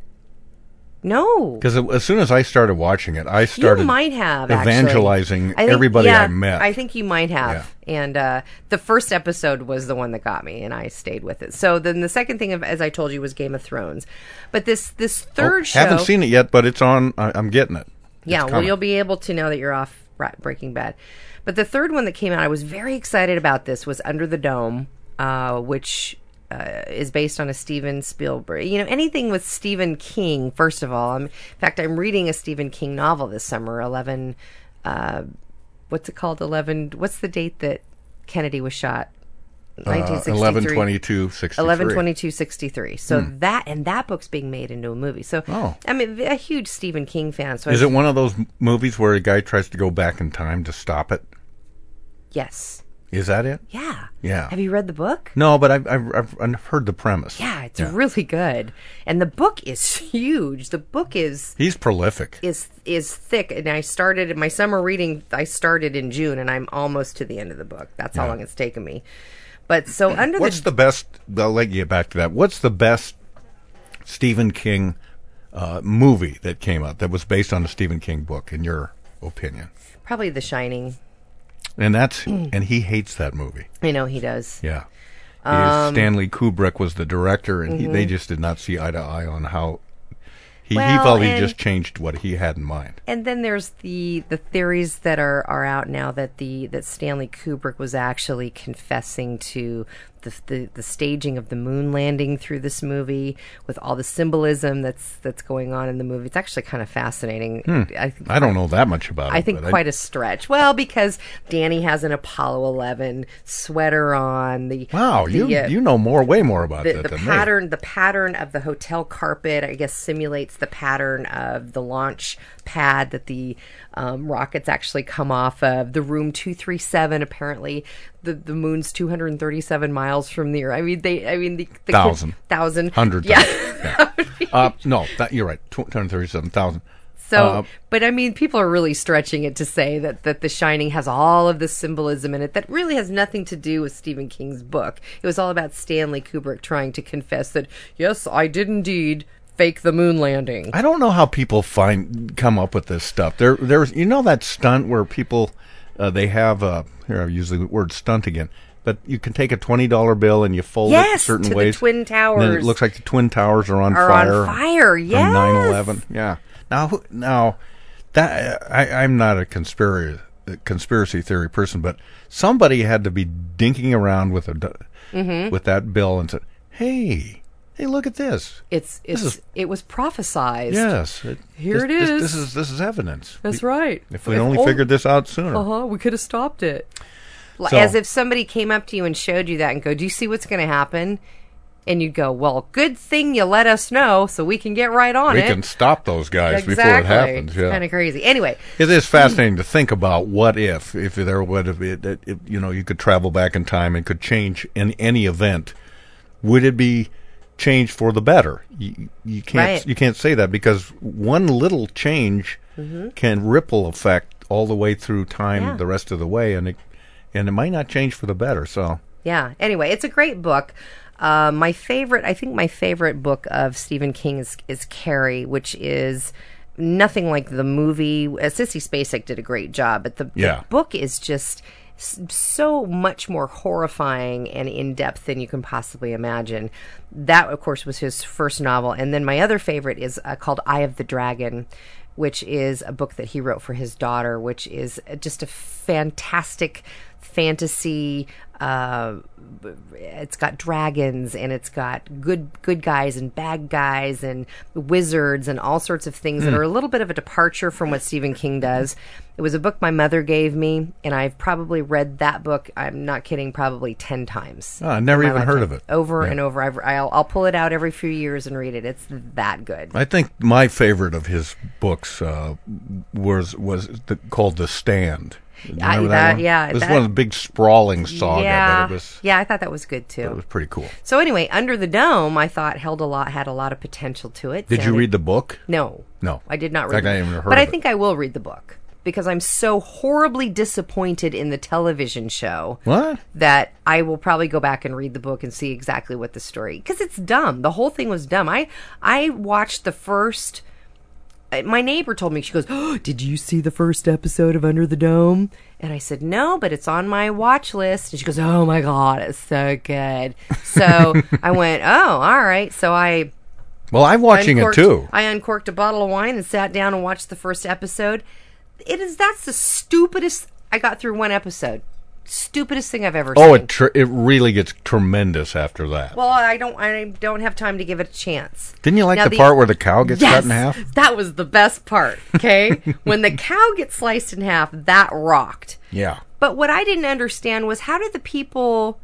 [SPEAKER 11] No.
[SPEAKER 10] Because as soon as I started watching it, I started
[SPEAKER 11] you might have actually.
[SPEAKER 10] evangelizing
[SPEAKER 11] I think-
[SPEAKER 10] everybody
[SPEAKER 11] yeah,
[SPEAKER 10] I met.
[SPEAKER 11] I think you might have. And uh, the first episode was the one that got me, and I stayed with it. So then the second thing, of, as I told you, was Game of Thrones. But this this
[SPEAKER 10] Oh,
[SPEAKER 11] third show,
[SPEAKER 10] haven't seen it yet, but it's on. I, I'm getting it.
[SPEAKER 11] yeah, well,
[SPEAKER 10] coming.
[SPEAKER 11] you'll be able to now that you're off Ra- Breaking Bad. But the third one that came out, I was very excited about. This was Under the Dome, uh, which. Uh, is based on a Steven Spielberg. You know anything with Stephen King? First of all, I'm, in fact, I'm reading a Stephen King novel this summer. Eleven, uh, what's it called? Eleven. What's the date that Kennedy was shot?
[SPEAKER 10] Uh,
[SPEAKER 11] 1963.
[SPEAKER 10] 11-22-63.
[SPEAKER 11] 11-22-63. So
[SPEAKER 10] Hmm.
[SPEAKER 11] that and that book's being made into a movie. So I'm a, a huge Stephen King fan. So I
[SPEAKER 10] Oh. Is
[SPEAKER 11] was-
[SPEAKER 10] it one of those m- movies where a guy tries to go back in time to stop it?
[SPEAKER 11] Yes.
[SPEAKER 10] Is that it?
[SPEAKER 11] Yeah.
[SPEAKER 10] Yeah.
[SPEAKER 11] Have you read the book?
[SPEAKER 10] No, but I've, I've, I've- I've heard the premise.
[SPEAKER 11] Yeah, it's really good. And the book is huge. The book is
[SPEAKER 10] He's prolific.
[SPEAKER 11] is is thick and I started my summer reading I started in June and I'm almost to the end of the book. That's how
[SPEAKER 10] Yeah.
[SPEAKER 11] long it's taken me. But so under
[SPEAKER 10] What's
[SPEAKER 11] the
[SPEAKER 10] the best? I'll let you get back to that. What's the best Stephen King uh, movie that came out that was based on a Stephen King book, in your opinion?
[SPEAKER 11] probably The Shining.
[SPEAKER 10] And that's
[SPEAKER 11] Hmm.
[SPEAKER 10] and he hates that movie.
[SPEAKER 11] I know he does.
[SPEAKER 10] Yeah. He-
[SPEAKER 11] Um,
[SPEAKER 10] Stanley Kubrick was the director, and he, they
[SPEAKER 11] Mhm.
[SPEAKER 10] just did not see eye to eye on how he,
[SPEAKER 11] Well,
[SPEAKER 10] he felt he
[SPEAKER 11] and-
[SPEAKER 10] just changed what he had in mind.
[SPEAKER 11] And then there's the the theories that are are out now that the that Stanley Kubrick was actually confessing to the the, the staging of the moon landing through this movie with all the symbolism that's that's going on in the movie. It's actually kind of fascinating.
[SPEAKER 10] Hmm.
[SPEAKER 11] I
[SPEAKER 10] I,
[SPEAKER 11] think
[SPEAKER 10] don't know that much about it.
[SPEAKER 11] I think
[SPEAKER 10] but
[SPEAKER 11] quite a stretch. Well, because Danny has an Apollo 11 sweater on. The
[SPEAKER 10] Wow,
[SPEAKER 11] the,
[SPEAKER 10] you
[SPEAKER 11] uh,
[SPEAKER 10] you know more, way more about
[SPEAKER 11] the,
[SPEAKER 10] that
[SPEAKER 11] the
[SPEAKER 10] than
[SPEAKER 11] pattern the pattern of the hotel carpet i guess simulates the pattern of the launch pad that the um, rockets actually come off of the room 237 apparently the the moon's 237 miles from the earth i mean they i mean the, the
[SPEAKER 10] Thousand.
[SPEAKER 11] thousand
[SPEAKER 10] me. Hundred
[SPEAKER 11] yeah
[SPEAKER 10] thousand. uh, no, that, you're right. Two hundred thirty-seven thousand.
[SPEAKER 11] So,
[SPEAKER 10] Uh,
[SPEAKER 11] but I mean, people are really stretching it to say that that The Shining has all of this symbolism in it that really has nothing to do with Stephen King's book. It was all about Stanley Kubrick trying to confess that yes, I did indeed fake the moon landing.
[SPEAKER 10] I don't know how people find come up with this stuff. There, there's you know that stunt where people uh, they have uh, here I use the word stunt again, but you can take a twenty dollar bill and you fold it
[SPEAKER 11] Yes,
[SPEAKER 10] certain
[SPEAKER 11] to the
[SPEAKER 10] ways.
[SPEAKER 11] Twin
[SPEAKER 10] and then
[SPEAKER 11] Towers.
[SPEAKER 10] it looks like the twin towers are on
[SPEAKER 11] Are on
[SPEAKER 10] fire.
[SPEAKER 11] fire, yes.
[SPEAKER 10] Nine eleven. Yeah. Now, who- now that I, I'm not a conspiracy conspiracy theory person, but somebody had to be dinking around with a d-
[SPEAKER 11] Mhm.
[SPEAKER 10] with that bill and said, "Hey, hey, look at this."
[SPEAKER 11] It's
[SPEAKER 10] This
[SPEAKER 11] it's
[SPEAKER 10] is-
[SPEAKER 11] it was prophesized.
[SPEAKER 10] yes, it-
[SPEAKER 11] Here
[SPEAKER 10] this,
[SPEAKER 11] it
[SPEAKER 10] this-
[SPEAKER 11] is.
[SPEAKER 10] This, is this is evidence.
[SPEAKER 11] That's
[SPEAKER 10] We-
[SPEAKER 11] right.
[SPEAKER 10] If we'd only figured this out sooner.
[SPEAKER 11] Uh huh. We could have stopped it. L-
[SPEAKER 10] So-
[SPEAKER 11] As if somebody came up to you and showed you that and go, "Do you see what's going to happen?" And you'd go, "Well, good thing you let us know so we can get right on
[SPEAKER 10] we
[SPEAKER 11] it."
[SPEAKER 10] can stop those guys before it happens. Yeah.
[SPEAKER 11] Kind of crazy. Anyway,
[SPEAKER 10] It is fascinating to think about what if, if there would have been, that if, you know, you could travel back in time and could change in any event, would it be changed for the better? You, you can't
[SPEAKER 11] Right.
[SPEAKER 10] you can't say that because one little change
[SPEAKER 11] Mhm.
[SPEAKER 10] can ripple effect all the way through time
[SPEAKER 11] Yeah.
[SPEAKER 10] the rest of the way, and it and it might not change for the better. So
[SPEAKER 11] Yeah. Anyway, it's a great book. Uh, my favorite, I think, my favorite book of Stephen King is, is Carrie, which is nothing like the movie. Uh, Sissy Spacek did a great job, but the, the
[SPEAKER 12] Yeah.
[SPEAKER 11] book is just s- so much more horrifying and in depth than you can possibly imagine. That, of course, was his first novel, and then my other favorite is uh, called Eye of the Dragon. Which is a book that he wrote for his daughter, which is uh, just a fantastic fantasy. Uh, b- it's got dragons and it's got good good guys and bad guys and wizards and all sorts of things that
[SPEAKER 12] Hmm.
[SPEAKER 11] are a little bit of a departure from what Stephen King does. It was a book my mother gave me, and I've probably read that book. I'm not kidding, probably ten times.
[SPEAKER 10] Ah, I never
[SPEAKER 11] in my
[SPEAKER 10] even heard
[SPEAKER 11] lifetime.
[SPEAKER 10] of it.
[SPEAKER 11] Over
[SPEAKER 10] Yeah.
[SPEAKER 11] and over. I've, I'll, I'll pull it out every few years and read it. It's that good.
[SPEAKER 10] I think my favorite of his books uh, was was the, called The Stand. You
[SPEAKER 11] Yeah,
[SPEAKER 10] remember
[SPEAKER 11] that-
[SPEAKER 10] one?
[SPEAKER 11] yeah,
[SPEAKER 10] it was
[SPEAKER 11] that-
[SPEAKER 10] one of the big sprawling saga,
[SPEAKER 11] yeah,
[SPEAKER 10] but it was
[SPEAKER 11] yeah, I thought that was good too.
[SPEAKER 10] it was pretty cool.
[SPEAKER 11] So anyway, Under the Dome, I thought held a lot, had a lot of potential to it.
[SPEAKER 10] Did you
[SPEAKER 11] Sounded-
[SPEAKER 10] read the book?
[SPEAKER 11] No,
[SPEAKER 10] No.
[SPEAKER 11] I did not
[SPEAKER 10] In
[SPEAKER 11] read.
[SPEAKER 10] fact,
[SPEAKER 11] the
[SPEAKER 10] I
[SPEAKER 11] book.
[SPEAKER 10] haven't heard
[SPEAKER 11] but I
[SPEAKER 10] of it.
[SPEAKER 11] think I will read the book because I'm so horribly disappointed in the television show.
[SPEAKER 10] What?
[SPEAKER 11] That I will probably go back and read the book and see exactly what the story because it's dumb. The whole thing was dumb. I I watched the first. uh, My neighbor told me she goes, oh, "Did you see the first episode of Under the Dome?" And I said, "No, but it's on my watch list." And she goes, "Oh my god, it's so good." So I went, "Oh, all right." So I
[SPEAKER 10] Well, I'm watching it
[SPEAKER 11] uncorked-
[SPEAKER 10] too.
[SPEAKER 11] I uncorked a bottle of wine and sat down and watched the first episode. It is that's the stupidest. I got through one episode. Stupidest thing I've ever
[SPEAKER 10] Oh,
[SPEAKER 11] seen.
[SPEAKER 10] it tr- it really gets tremendous after that.
[SPEAKER 11] well, I don't. I don't have time to give it a chance.
[SPEAKER 10] Didn't you like
[SPEAKER 11] Now
[SPEAKER 10] the, part where the cow gets
[SPEAKER 11] Yes!
[SPEAKER 10] cut in half?
[SPEAKER 11] That was the best part. Okay, when the cow gets sliced in half, that rocked.
[SPEAKER 10] Yeah.
[SPEAKER 11] But what I didn't understand was how did the people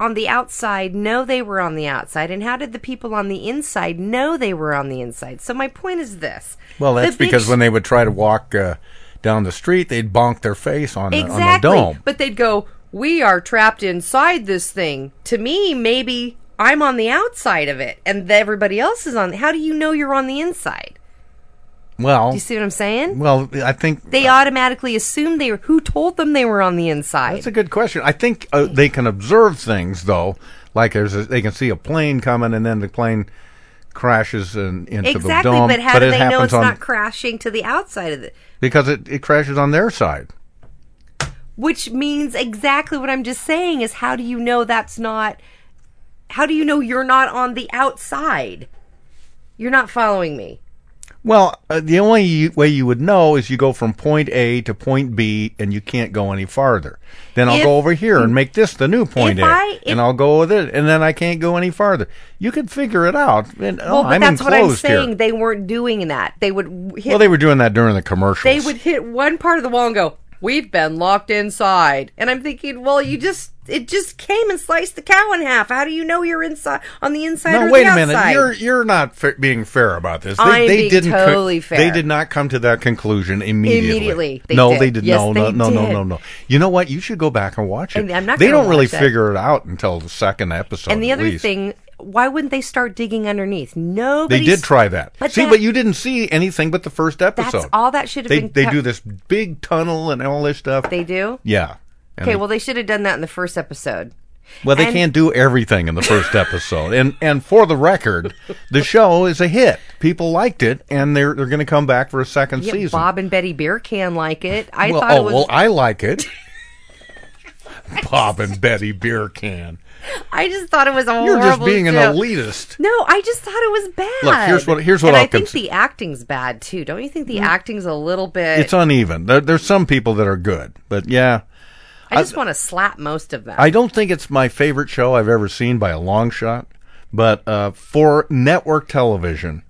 [SPEAKER 11] on the outside know they were on the outside, and how did the people on the inside know they were on the inside? So my point is this:
[SPEAKER 10] Well,
[SPEAKER 11] The
[SPEAKER 10] that's
[SPEAKER 11] big
[SPEAKER 10] because
[SPEAKER 11] sh-
[SPEAKER 10] when they would try to walk uh, down the street, they'd bonk their face on,
[SPEAKER 11] exactly.
[SPEAKER 10] the, on the dome.
[SPEAKER 11] But they'd go, "We are trapped inside this thing." To me, maybe I'm on the outside of it, and everybody else is on. How do you know you're on the inside?
[SPEAKER 10] Well,
[SPEAKER 11] Do you see what I'm saying?
[SPEAKER 10] well, uh, I think
[SPEAKER 11] They automatically assumed they were. Who told them they were on the inside?
[SPEAKER 10] That's a good question. I think uh, they can observe things though, like there's a, they can see a plane coming, and then the plane crashes in, into
[SPEAKER 11] exactly,
[SPEAKER 10] the dome.
[SPEAKER 11] but how do
[SPEAKER 10] it
[SPEAKER 11] they know
[SPEAKER 10] happens
[SPEAKER 11] it's
[SPEAKER 10] on,
[SPEAKER 11] not crashing to the outside of it?
[SPEAKER 10] because it, it crashes on their side.
[SPEAKER 11] Which means exactly what I'm just saying is how do you know that's not how do you know you're not on the outside? You're not following me.
[SPEAKER 10] Well, uh, the only you- way you would know is you go from point A to point B, and you can't go any farther. Then I'll
[SPEAKER 11] If-
[SPEAKER 10] go over here and make this the new point
[SPEAKER 11] if
[SPEAKER 10] A,
[SPEAKER 11] I- if-
[SPEAKER 10] and I'll go with it, and then I can't go any farther. You could figure it out. And, oh,
[SPEAKER 11] well, but
[SPEAKER 10] I'm
[SPEAKER 11] that's what I'm
[SPEAKER 10] enclosed
[SPEAKER 11] saying.
[SPEAKER 10] here.
[SPEAKER 11] They weren't doing that. They would w- hit
[SPEAKER 10] Well, they were doing that during the commercial.
[SPEAKER 11] they would hit one part of the wall and go, "We've been locked inside." And I'm thinking, "Well, you just it just came and sliced the cow in half. How do you know you're inside on the inside or
[SPEAKER 10] No,
[SPEAKER 11] the
[SPEAKER 10] wait a
[SPEAKER 11] outside?"
[SPEAKER 10] minute. You're you're not fa- being fair about this. They,
[SPEAKER 11] I'm
[SPEAKER 10] they
[SPEAKER 11] being
[SPEAKER 10] didn't co-
[SPEAKER 11] totally fair.
[SPEAKER 10] They did not come to that conclusion immediately.
[SPEAKER 11] Immediately, they
[SPEAKER 10] no,
[SPEAKER 11] did.
[SPEAKER 10] they did.
[SPEAKER 11] Yes,
[SPEAKER 10] no,
[SPEAKER 11] they
[SPEAKER 10] no, no, no,
[SPEAKER 11] did.
[SPEAKER 10] no, no. You know what? You should go back and watch it.
[SPEAKER 11] And I'm not
[SPEAKER 10] they
[SPEAKER 11] gonna
[SPEAKER 10] don't really
[SPEAKER 11] watch it.
[SPEAKER 10] figure it out until the second episode.
[SPEAKER 11] and the
[SPEAKER 10] at
[SPEAKER 11] other
[SPEAKER 10] least.
[SPEAKER 11] thing, why wouldn't they start digging underneath? Nobody
[SPEAKER 10] they did try that.
[SPEAKER 11] but
[SPEAKER 10] see,
[SPEAKER 11] that-
[SPEAKER 10] but you didn't see anything but the first episode.
[SPEAKER 11] all that should have
[SPEAKER 10] They
[SPEAKER 11] been
[SPEAKER 10] they
[SPEAKER 11] cut-
[SPEAKER 10] do this big tunnel and all this stuff.
[SPEAKER 11] They do.
[SPEAKER 10] yeah. And
[SPEAKER 11] Okay,
[SPEAKER 10] they-
[SPEAKER 11] well they should have done that in the first episode.
[SPEAKER 10] Well, they
[SPEAKER 11] And-
[SPEAKER 10] can't do everything in the first episode, and and for the record, the show is a hit. People liked it, and they're they're going to come back for a second
[SPEAKER 11] Yeah,
[SPEAKER 10] season.
[SPEAKER 11] Bob and Betty Beer can like it. I
[SPEAKER 10] well,
[SPEAKER 11] thought
[SPEAKER 10] oh
[SPEAKER 11] it was
[SPEAKER 10] well, I like it. popping Betty beer can.
[SPEAKER 11] I just thought it was a
[SPEAKER 10] You're
[SPEAKER 11] horrible.
[SPEAKER 10] just being an
[SPEAKER 11] joke.
[SPEAKER 10] elitist.
[SPEAKER 11] No, I just thought it was bad.
[SPEAKER 10] Look, here's what- here's what
[SPEAKER 11] And
[SPEAKER 10] I'll
[SPEAKER 11] I think
[SPEAKER 10] cons-
[SPEAKER 11] the acting's bad too. Don't you think the acting's a little bit?
[SPEAKER 10] It's uneven. There, there's some people that are good, but yeah,
[SPEAKER 11] I just want to slap most of them.
[SPEAKER 10] I don't think it's my favorite show I've ever seen by a long shot. But uh, for network television,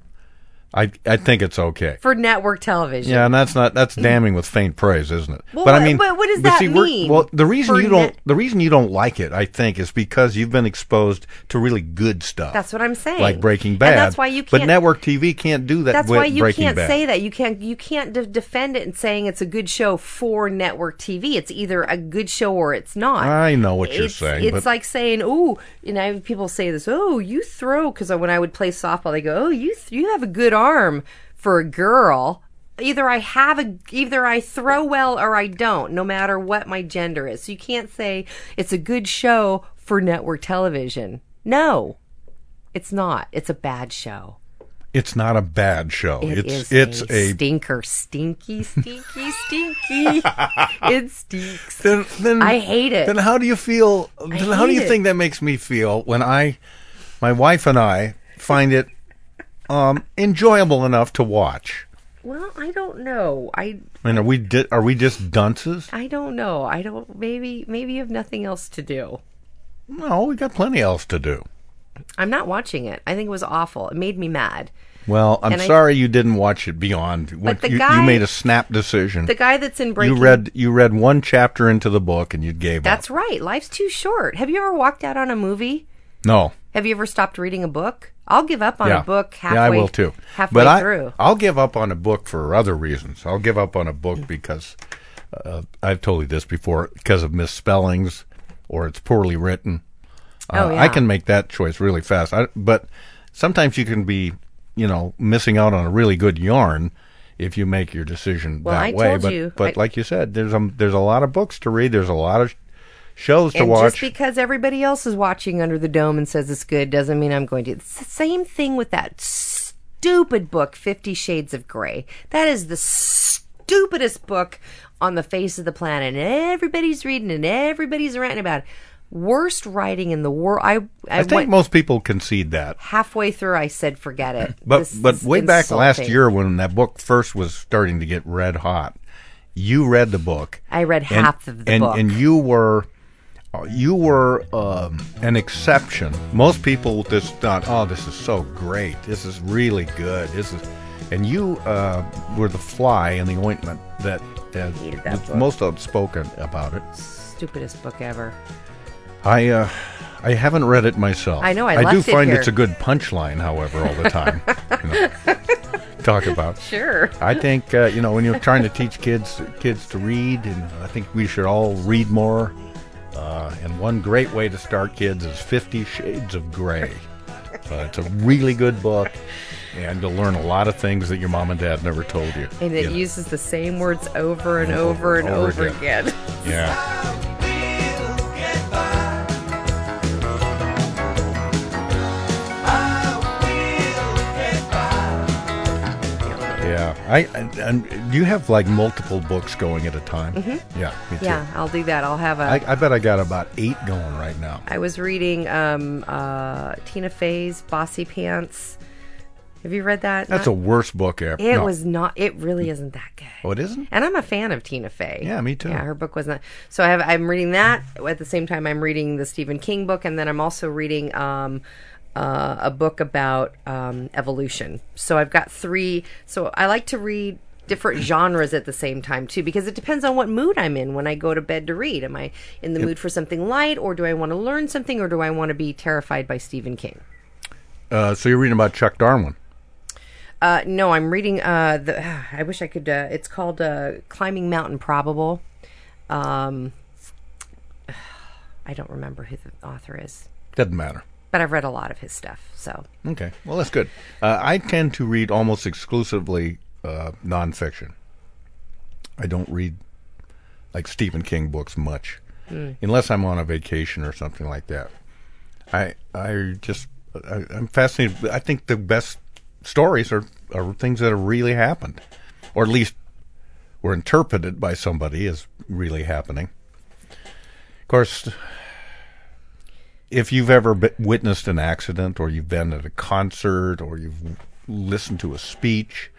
[SPEAKER 10] I I think it's okay.
[SPEAKER 11] for network television.
[SPEAKER 10] Yeah, and that's not that's damning with faint praise, isn't it?
[SPEAKER 11] Well,
[SPEAKER 10] but I
[SPEAKER 11] what-
[SPEAKER 10] mean,
[SPEAKER 11] but what does
[SPEAKER 10] but
[SPEAKER 11] that
[SPEAKER 10] see, we're-
[SPEAKER 11] mean?
[SPEAKER 10] Well, the reason
[SPEAKER 11] For
[SPEAKER 10] you don't
[SPEAKER 11] net-
[SPEAKER 10] the reason you don't like it, I think, is because you've been exposed to really good stuff.
[SPEAKER 11] That's what I'm saying.
[SPEAKER 10] like Breaking
[SPEAKER 11] And
[SPEAKER 10] Bad.
[SPEAKER 11] that's why you can't.
[SPEAKER 10] But network TV can't do that.
[SPEAKER 11] that's
[SPEAKER 10] with
[SPEAKER 11] why you
[SPEAKER 10] Breaking
[SPEAKER 11] can't
[SPEAKER 10] Bad.
[SPEAKER 11] say that. You can't. You can't de- defend it and saying it's a good show for network TV. It's either a good show or it's not.
[SPEAKER 10] I know what you're
[SPEAKER 11] it's,
[SPEAKER 10] saying,
[SPEAKER 11] It's
[SPEAKER 10] but-
[SPEAKER 11] like saying, "Oh," and I people say this. Oh, you throw because when I would play softball, they go, "Oh, you th- you have a good arm for a girl." Either I have a, either I throw well or I don't, no matter what my gender is. So you can't say it's a good show for network television. No, it's not. It's a bad show.
[SPEAKER 10] It's not a bad show.
[SPEAKER 11] It
[SPEAKER 10] it's
[SPEAKER 11] is
[SPEAKER 10] it's a,
[SPEAKER 11] a stinker, stinky, stinky, stinky. it stinks.
[SPEAKER 10] Then, then
[SPEAKER 11] I hate it.
[SPEAKER 10] Then how do you feel? Then how do
[SPEAKER 11] hate
[SPEAKER 10] you
[SPEAKER 11] it.
[SPEAKER 10] think that makes me feel when I, my wife and I find it um, enjoyable enough to watch?
[SPEAKER 11] Well, I don't know. I
[SPEAKER 10] I mean, are we di- are we just dunces?
[SPEAKER 11] I don't know. I don't. Maybe maybe you have nothing else to do.
[SPEAKER 10] No, we got plenty else to do.
[SPEAKER 11] I'm not watching it. I think it was awful. It made me mad.
[SPEAKER 10] Well, I'm
[SPEAKER 11] And I-
[SPEAKER 10] sorry you didn't watch it beyond. What-
[SPEAKER 11] the
[SPEAKER 10] you, you
[SPEAKER 11] guy-
[SPEAKER 10] made a snap decision.
[SPEAKER 11] The guy that's in
[SPEAKER 10] you
[SPEAKER 11] Breaking.
[SPEAKER 10] read you read one chapter into the book and you gave
[SPEAKER 11] That's
[SPEAKER 10] up.
[SPEAKER 11] right. Life's too short. Have you ever walked out on a movie?
[SPEAKER 10] No,
[SPEAKER 11] Have you ever stopped reading a book? I'll give up on
[SPEAKER 10] yeah,
[SPEAKER 11] a book halfway.
[SPEAKER 10] yeah, I will too.
[SPEAKER 11] Halfway
[SPEAKER 10] but
[SPEAKER 11] through.
[SPEAKER 10] I, uh, I'll give up on a book for other reasons. I'll give up on a book because uh, I've told you this before because of misspellings or it's poorly written.
[SPEAKER 11] Oh,
[SPEAKER 10] Uh,
[SPEAKER 11] yeah.
[SPEAKER 10] I can make that choice really fast. I, but sometimes you can be, you know, missing out on a really good yarn if you make your decision
[SPEAKER 11] Well,
[SPEAKER 10] that
[SPEAKER 11] I
[SPEAKER 10] way.
[SPEAKER 11] told
[SPEAKER 10] but
[SPEAKER 11] you,
[SPEAKER 10] but
[SPEAKER 11] I-
[SPEAKER 10] like you said, there's a there's a lot of books to read. There's a lot of sh- shows to
[SPEAKER 11] and
[SPEAKER 10] watch.
[SPEAKER 11] just because everybody else is watching under the dome and says it's good doesn't mean I'm going to. It's the same thing with that stupid book, Fifty Shades of Grey. That is the stupidest book on the face of the planet. And everybody's reading and everybody's ranting about it. Worst writing in the world. I, I,
[SPEAKER 10] I think
[SPEAKER 11] went
[SPEAKER 10] most people concede that.
[SPEAKER 11] halfway through. I said, forget it.
[SPEAKER 10] But
[SPEAKER 11] This
[SPEAKER 10] but
[SPEAKER 11] is
[SPEAKER 10] way back last
[SPEAKER 11] insulting.
[SPEAKER 10] year when that book first was starting to get red hot, you read the book.
[SPEAKER 11] I read
[SPEAKER 10] and-
[SPEAKER 11] half of the
[SPEAKER 10] and,
[SPEAKER 11] book.
[SPEAKER 10] and you were you were um, an exception. Most people just thought, "Oh, this is so great. This is really good. This is," and you uh, were the fly in the ointment that, that
[SPEAKER 11] Hated that
[SPEAKER 10] was
[SPEAKER 11] book.
[SPEAKER 10] most outspoken about it.
[SPEAKER 11] stupidest book ever.
[SPEAKER 10] I uh, I haven't read it myself.
[SPEAKER 11] I know, I
[SPEAKER 10] do
[SPEAKER 11] left it
[SPEAKER 10] find
[SPEAKER 11] here.
[SPEAKER 10] it's a good punchline, however, all the time. you know, talk about
[SPEAKER 11] Sure.
[SPEAKER 10] I think uh, you know when you're trying to teach kids kids to read, and I think we should all read more. Uh, and one great way to start kids is Fifty Shades of Grey. Uh, it's a really good book, and you'll learn a lot of things that your mom and dad never told you.
[SPEAKER 11] And it
[SPEAKER 10] you know.
[SPEAKER 11] uses the same words over and over and over,
[SPEAKER 10] Over
[SPEAKER 11] again.
[SPEAKER 10] again. yeah. Yeah, I and, and do you have like multiple books going at a time? Mm-hmm. Yeah, me too.
[SPEAKER 11] Yeah, I'll do that. I'll have a.
[SPEAKER 10] I, I bet I got about eight going right now.
[SPEAKER 11] I was reading um, uh, Tina Fey's Bossy Pants. Have you read that?
[SPEAKER 10] That's the
[SPEAKER 11] Not-
[SPEAKER 10] worst book ever.
[SPEAKER 11] Uh, It
[SPEAKER 10] No.
[SPEAKER 11] was not. It really isn't that good.
[SPEAKER 10] Oh, it isn't.
[SPEAKER 11] And I'm a fan of Tina Fey.
[SPEAKER 10] Yeah, me too.
[SPEAKER 11] Yeah, her book wasn't. So I have. I'm reading that at the same time. I'm reading the Stephen King book, and then I'm also reading um, uh, a book about um, evolution. So I've got three. So I like to read different genres at the same time too because it depends on what mood I'm in when I go to bed to read am I in the mood for something light or do I want to learn something or do I want to be terrified by Stephen King
[SPEAKER 10] Uh, so you're reading about Chuck Darwin.
[SPEAKER 11] Uh, no, I'm reading. Uh, the I wish I could. Uh, it's called uh, "Climbing Mountain Probable." Um, I don't remember who the author is,
[SPEAKER 10] Doesn't matter.
[SPEAKER 11] but I've read a lot of his stuff. So
[SPEAKER 10] Okay, well that's good. Uh, I tend to read almost exclusively uh, nonfiction. I don't read like Stephen King books much, unless I'm on a vacation or something like that. I I just I, I'm fascinated. I think the best stories are are things that have really happened, or at least were interpreted by somebody as really happening. Of course, if you've ever be- witnessed an accident or you've been at a concert or you've listened to a speech,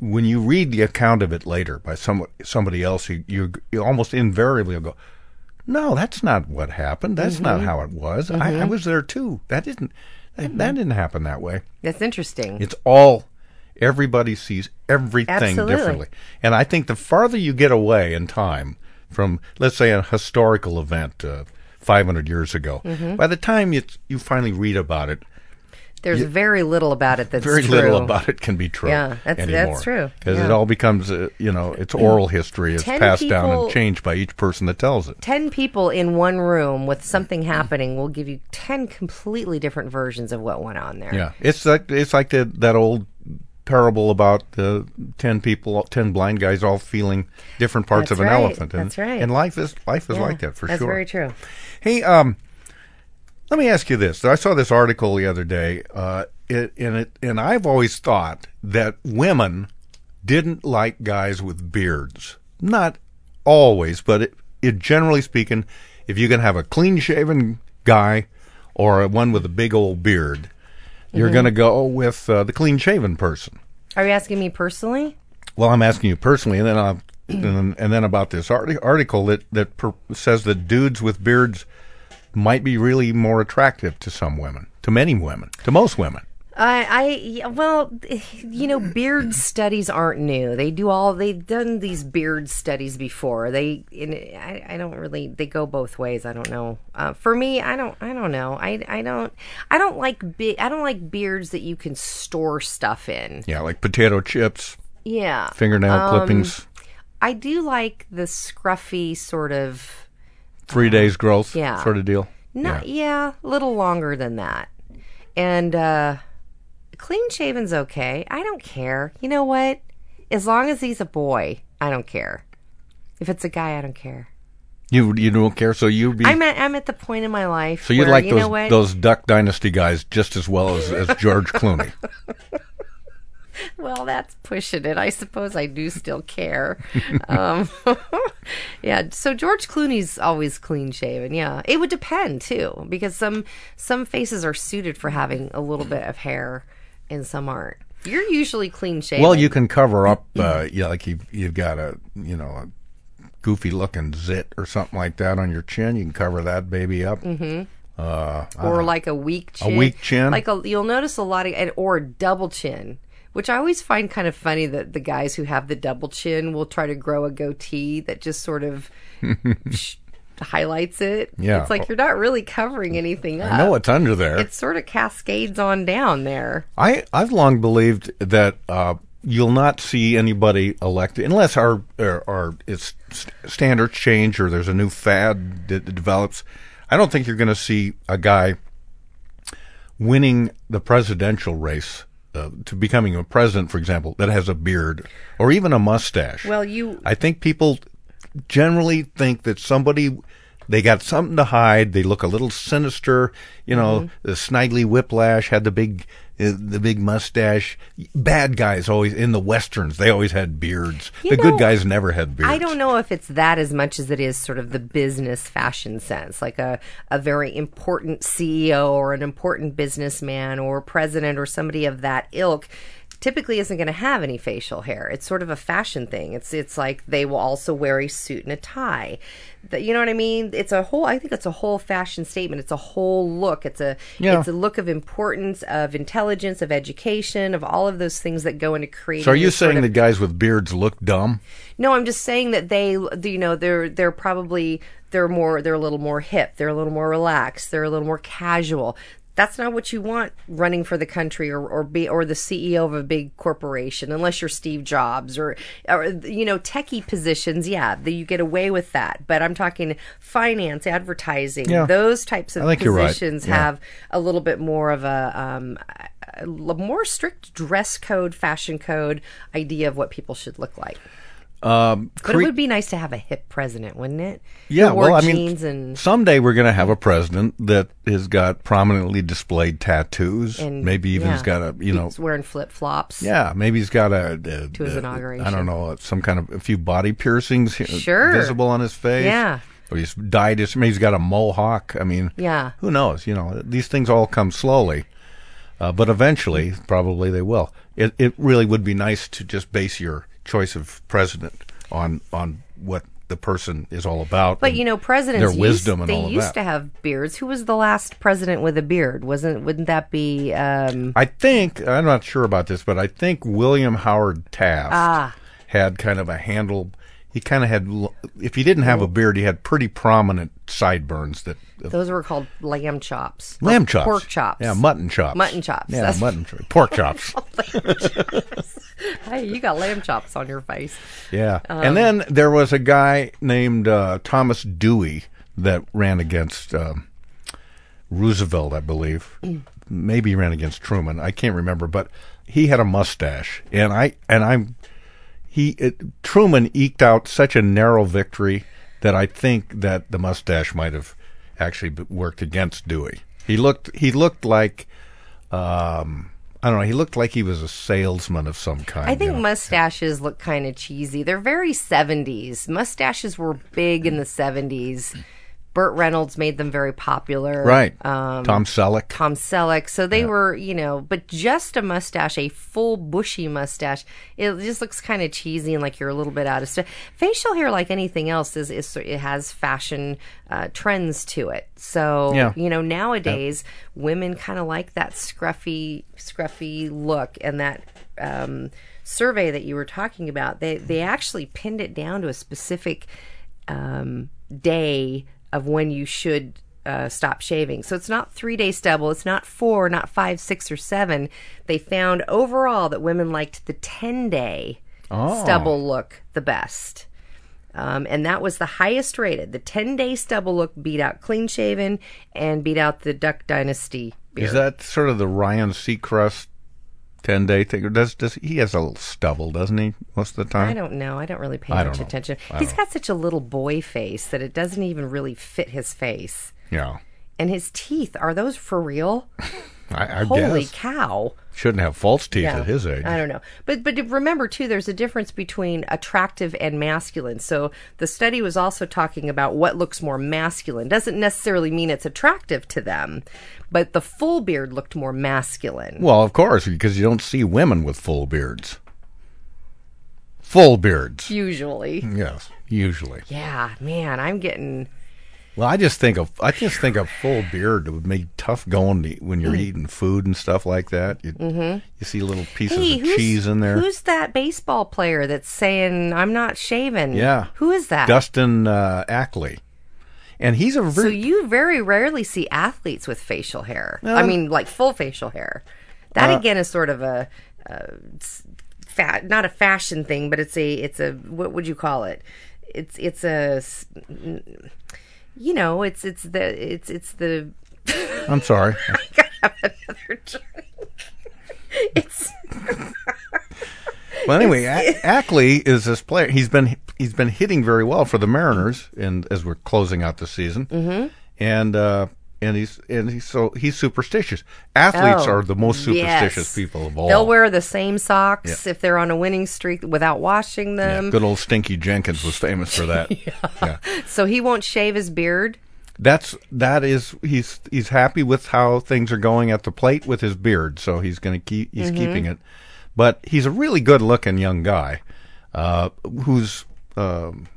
[SPEAKER 10] when you read the account of it later by some, somebody else, you, you, you almost invariably will go, no, that's not what happened. That's not
[SPEAKER 11] Mhm.
[SPEAKER 10] how it was. I, I
[SPEAKER 11] Mhm.
[SPEAKER 10] was there too. That didn't that, that didn't happen that way.
[SPEAKER 11] That's interesting.
[SPEAKER 10] It's all everybody sees everything
[SPEAKER 11] Absolutely.
[SPEAKER 10] differently. And I think the farther you get away in time from, let's say, a historical event uh, 500 years ago,
[SPEAKER 11] Mhm.
[SPEAKER 10] by the time you you finally read about it,
[SPEAKER 11] There's
[SPEAKER 10] you-
[SPEAKER 11] very little about it that's
[SPEAKER 10] very
[SPEAKER 11] true.
[SPEAKER 10] little about it can be true.
[SPEAKER 11] Yeah, that's- that's true.
[SPEAKER 10] Because it
[SPEAKER 11] Yeah.
[SPEAKER 10] all becomes, uh, you know, it's oral history. It's
[SPEAKER 11] Ten
[SPEAKER 10] passed down
[SPEAKER 11] people-
[SPEAKER 10] and changed by each person that tells it.
[SPEAKER 11] Ten people in one room with something happening will give you ten completely different versions of what went on there.
[SPEAKER 10] Yeah, it's like it's like the, that old parable about the ten people, ten blind guys, all feeling different parts of
[SPEAKER 11] That's
[SPEAKER 10] an
[SPEAKER 11] right,
[SPEAKER 10] elephant. And,
[SPEAKER 11] that's right.
[SPEAKER 10] And life is life is
[SPEAKER 11] Yeah,
[SPEAKER 10] like that for
[SPEAKER 11] that's
[SPEAKER 10] sure.
[SPEAKER 11] very true.
[SPEAKER 10] Hey, um, let me ask you this. I saw this article the other day, uh, it, and it and I've always thought that women didn't like guys with beards. Not always, but it, it generally speaking, if you can have a clean shaven guy or one with a big old beard, you're
[SPEAKER 11] Mhm.
[SPEAKER 10] going to go with uh, the clean shaven person.
[SPEAKER 11] Are you asking me personally?
[SPEAKER 10] Well, I'm asking you personally, and then I'll, and, then, and then about this arti- article that that per, says that dudes with beards might be really more attractive to some women, to many women, to most women.
[SPEAKER 11] I, I, yeah, well, you know, beard studies aren't new. They do all, they've done these beard studies before. They, and I, I don't really, they go both ways. I don't know. Uh, for me, I don't, I don't know. I, I don't, I don't like, be, I don't like beards that you can store stuff in.
[SPEAKER 10] Yeah, like potato chips,
[SPEAKER 11] Yeah.
[SPEAKER 10] fingernail
[SPEAKER 11] Um,
[SPEAKER 10] clippings,
[SPEAKER 11] I do like the scruffy sort of,
[SPEAKER 10] three days growth,
[SPEAKER 11] yeah.
[SPEAKER 10] sort of deal.
[SPEAKER 11] Not yeah, a little longer than that. And uh clean shaven's okay. I don't care. You know what? As long as he's a boy, I don't care. If it's a guy, I don't care.
[SPEAKER 10] You you don't care, so you'd be.
[SPEAKER 11] I'm at, I'm at the point in my life
[SPEAKER 10] so you
[SPEAKER 11] where
[SPEAKER 10] like
[SPEAKER 11] you know
[SPEAKER 10] those
[SPEAKER 11] what?
[SPEAKER 10] those Duck Dynasty guys just as well as, as George Clooney.
[SPEAKER 11] Well, that's pushing it. I suppose I do still care. um, yeah. So George Clooney's always clean shaven. Yeah, it would depend too, because some some faces are suited for having a little bit of hair, and some aren't. You're usually clean shaven.
[SPEAKER 10] Well, you can cover up, uh, yeah, like you've, you've got a, you know, a goofy looking zit or something like that on your chin. You can cover that baby up.
[SPEAKER 11] Mhm.
[SPEAKER 10] Uh, I
[SPEAKER 11] or
[SPEAKER 10] don't-
[SPEAKER 11] like a weak
[SPEAKER 10] A
[SPEAKER 11] chin.
[SPEAKER 10] weak chin?
[SPEAKER 11] Like a, you'll notice a lot of, and- or a double chin, which I always find kind of funny that the guys who have the double chin will try to grow a goatee that just sort of highlights it.
[SPEAKER 10] Yeah.
[SPEAKER 11] It's like you're not really covering anything up.
[SPEAKER 10] I know it's under there.
[SPEAKER 11] It sort of cascades on down there.
[SPEAKER 10] I, I've long believed that uh, you'll not see anybody elected unless our, our, our it's st- standards change or there's a new fad that develops. I don't think you're going to see a guy winning the presidential race uh, to becoming a president, for example, that has a beard or even a mustache.
[SPEAKER 11] Well, you
[SPEAKER 10] I think people generally think that somebody they got something to hide. They look a little sinister, you know.
[SPEAKER 12] Mhm.
[SPEAKER 11] Mm-hmm.
[SPEAKER 10] The Snidely Whiplash had the big, uh, the big mustache. Bad guys always in the westerns. They always had beards.
[SPEAKER 11] You
[SPEAKER 10] the
[SPEAKER 11] know,
[SPEAKER 10] good guys never had beards.
[SPEAKER 11] I don't know if it's that as much as it is sort of the business fashion sense, like a, a very important CEO or an important businessman or president or somebody of that ilk typically isn't going to have any facial hair. It's sort of a fashion thing. It's it's like they will also wear a suit and a tie. That you know what I mean? It's a whole I think it's a whole fashion statement. It's a whole look. It's a
[SPEAKER 10] Yeah.
[SPEAKER 11] it's a look of importance, of intelligence, of education, of all of those things that go into creating
[SPEAKER 10] So are you
[SPEAKER 11] this sort
[SPEAKER 10] saying
[SPEAKER 11] of-
[SPEAKER 10] that guys with beards look dumb?
[SPEAKER 11] no, I'm just saying that they, you know, they're they're probably they're more they're a little more hip, they're a little more relaxed, they're a little more casual. That's not what you want running for the country or or be or the CEO of a big corporation, unless you're Steve Jobs or or you know techie positions. Yeah, the, you get away with that. But I'm talking finance, advertising,
[SPEAKER 13] Yeah.
[SPEAKER 11] those types of
[SPEAKER 13] I think you're right.
[SPEAKER 11] positions
[SPEAKER 13] Yeah.
[SPEAKER 11] have a little bit more of a, um, a a more strict dress code, fashion code idea of what people should look like.
[SPEAKER 10] Um,
[SPEAKER 11] But
[SPEAKER 10] cre-
[SPEAKER 11] it would be nice to have a hip president, wouldn't it?
[SPEAKER 10] yeah,
[SPEAKER 11] Who wore
[SPEAKER 10] well, I
[SPEAKER 11] jeans
[SPEAKER 10] mean,
[SPEAKER 11] and
[SPEAKER 10] someday we're going to have a president that has got prominently displayed tattoos.
[SPEAKER 11] and
[SPEAKER 10] maybe even
[SPEAKER 11] yeah.
[SPEAKER 10] has got a, you know,
[SPEAKER 11] He's wearing flip flops.
[SPEAKER 10] Yeah, maybe he's got a, a-
[SPEAKER 11] To his
[SPEAKER 10] a-
[SPEAKER 11] inauguration.
[SPEAKER 10] I don't know, some kind of a few body piercings uh,
[SPEAKER 11] Sure.
[SPEAKER 10] visible on his face.
[SPEAKER 11] Yeah.
[SPEAKER 10] Or he's dyed his. Maybe he's got a mohawk. I mean,
[SPEAKER 11] Yeah.
[SPEAKER 10] Who knows? You know, these things all come slowly, uh, but eventually, probably they will. It it really would be nice to just base your choice of president on on what the person is all about.
[SPEAKER 11] But
[SPEAKER 10] and
[SPEAKER 11] you know, presidents
[SPEAKER 10] their
[SPEAKER 11] used-
[SPEAKER 10] wisdom and
[SPEAKER 11] they
[SPEAKER 10] all of
[SPEAKER 11] used
[SPEAKER 10] that.
[SPEAKER 11] to have beards. Who was the last president with a beard? Wasn't wouldn't that be um
[SPEAKER 10] I think I'm not sure about this, but I think William Howard Taft
[SPEAKER 11] Ah.
[SPEAKER 10] had kind of a handle. He kind of had, l- if he didn't have a beard, he had pretty prominent sideburns that
[SPEAKER 11] those were called lamb chops.
[SPEAKER 10] lamb
[SPEAKER 11] Or
[SPEAKER 10] chops,
[SPEAKER 11] Pork chops.
[SPEAKER 10] yeah, mutton chops,
[SPEAKER 11] Mutton chops.
[SPEAKER 10] yeah,
[SPEAKER 11] That's-
[SPEAKER 10] mutton chops, pork chops,
[SPEAKER 11] hey, you got lamb chops on your face.
[SPEAKER 10] yeah.
[SPEAKER 11] Um,
[SPEAKER 10] and then there was a guy named uh, Thomas Dewey that ran against um, Roosevelt, I believe.
[SPEAKER 11] Mm.
[SPEAKER 10] Maybe he ran against Truman. I can't remember, but he had a mustache, and I and I'm he it, Truman eked out such a narrow victory that I think that the mustache might have actually b- worked against Dewey. He looked he looked like um, I don't know. He looked like he was a salesman of some kind.
[SPEAKER 11] I think
[SPEAKER 10] you know.
[SPEAKER 11] mustaches look kind of cheesy. They're very 70s. Mustaches were big in the 70s. Burt Reynolds made them very popular.
[SPEAKER 10] right.
[SPEAKER 11] Um,
[SPEAKER 10] Tom Selleck.
[SPEAKER 11] Tom Selleck. So they were, you know, but just a mustache, a full bushy mustache, it just looks kind of cheesy and like you're a little bit out of step. Facial hair, like anything else, is, is it has fashion uh, trends to it. So
[SPEAKER 12] Yeah.
[SPEAKER 11] you know, nowadays women kind of like that scruffy, scruffy look and that. Um, survey that you were talking about, they they actually pinned it down to a specific um, day of when you should uh, stop shaving. So it's not three day stubble, it's not four, not five, six, or seven. They found overall that women liked the 10 day
[SPEAKER 12] Oh.
[SPEAKER 11] stubble look the best. Um, and that was the highest rated. The 10 day stubble look beat out clean shaven and beat out the Duck Dynasty beard.
[SPEAKER 10] Is that sort of the Ryan Seacrest ten day thing? Or Does does he has a little stubble, doesn't he? Most of the time.
[SPEAKER 11] I don't know. I don't really pay
[SPEAKER 10] I
[SPEAKER 11] much
[SPEAKER 10] don't know.
[SPEAKER 11] attention.
[SPEAKER 10] I
[SPEAKER 11] He's
[SPEAKER 10] don't
[SPEAKER 11] got such a little boy face that it doesn't even really fit his face.
[SPEAKER 10] Yeah.
[SPEAKER 11] And his teeth, are those for real?
[SPEAKER 10] I, I
[SPEAKER 11] Holy
[SPEAKER 10] guess.
[SPEAKER 11] cow.
[SPEAKER 10] Shouldn't have false teeth
[SPEAKER 11] Yeah.
[SPEAKER 10] at his age.
[SPEAKER 11] I don't know. But but remember too there's a difference between attractive and masculine. So the study was also talking about what looks more masculine. Doesn't necessarily mean it's attractive to them, but the full beard looked more masculine.
[SPEAKER 10] Well, of course, because you don't see women with full beards. Full beards.
[SPEAKER 11] Usually.
[SPEAKER 10] Yes, usually.
[SPEAKER 11] Yeah, man, I'm getting
[SPEAKER 10] Well, I just think of I just think of full beard would be tough going to, when
[SPEAKER 11] Hmm.
[SPEAKER 10] you're eating food and stuff like that. You,
[SPEAKER 11] Mhm.
[SPEAKER 10] you see little pieces
[SPEAKER 11] Hey,
[SPEAKER 10] of
[SPEAKER 11] who's-
[SPEAKER 10] cheese in there.
[SPEAKER 11] Who's that baseball player that's saying I'm not shaving?
[SPEAKER 10] yeah.
[SPEAKER 11] Who is that?
[SPEAKER 10] Dustin uh, Ackley, and he's a
[SPEAKER 11] So
[SPEAKER 10] very
[SPEAKER 11] you very rarely see athletes with facial hair.
[SPEAKER 10] No.
[SPEAKER 11] I mean, like full facial hair. That
[SPEAKER 10] Uh,
[SPEAKER 11] again is sort of a, uh s- fat, not a fashion thing, but it's a, it's a, what would you call it? It's, it's a, s- n- you know, it's, it's the, it's, it's the.
[SPEAKER 10] I'm sorry.
[SPEAKER 11] I gotta have another drink. it's.
[SPEAKER 10] well, anyway,
[SPEAKER 11] it's-
[SPEAKER 10] A- Ackley is this player. He's been he's been hitting very well for the Mariners, and as we're closing out the season,
[SPEAKER 11] Mhm.
[SPEAKER 10] and uh, and he's and he's so he's superstitious. Athletes
[SPEAKER 11] Oh,
[SPEAKER 10] are the most superstitious
[SPEAKER 11] yes.
[SPEAKER 10] people of all.
[SPEAKER 11] They'll wear the same socks
[SPEAKER 10] Yeah.
[SPEAKER 11] if they're on a winning streak without washing
[SPEAKER 10] Yeah,
[SPEAKER 11] them.
[SPEAKER 10] good old Stinky Jenkins was famous for that.
[SPEAKER 11] So he won't shave his beard.
[SPEAKER 10] That's that is he's he's happy with how things are going at the plate with his beard, so he's going to keep he's
[SPEAKER 11] Mhm.
[SPEAKER 10] keeping it. But he's a really good looking young guy, uh, who's um,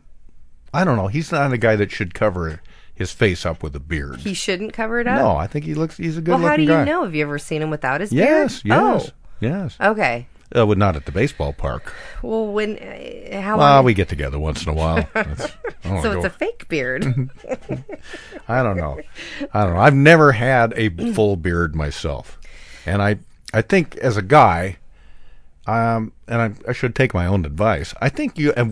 [SPEAKER 10] I don't know. He's not a guy that should cover his face up with a beard.
[SPEAKER 11] He shouldn't cover it up.
[SPEAKER 10] no, I think he looks he's a good
[SPEAKER 11] well,
[SPEAKER 10] looking
[SPEAKER 11] how do you
[SPEAKER 10] guy.
[SPEAKER 11] know? Have you ever seen him without his
[SPEAKER 10] Yes,
[SPEAKER 11] beard?
[SPEAKER 10] yes, yes.
[SPEAKER 11] Oh, okay.
[SPEAKER 10] Uh, but not at the baseball park.
[SPEAKER 11] Well, when uh, how
[SPEAKER 10] well,
[SPEAKER 11] long-
[SPEAKER 10] we get together once in a while. That's- I don't
[SPEAKER 11] so
[SPEAKER 10] go-
[SPEAKER 11] it's a fake beard.
[SPEAKER 10] I don't know. I don't know. I've never had a full beard myself, and I I think as a guy, um, and I, I should take my own advice. I think you at,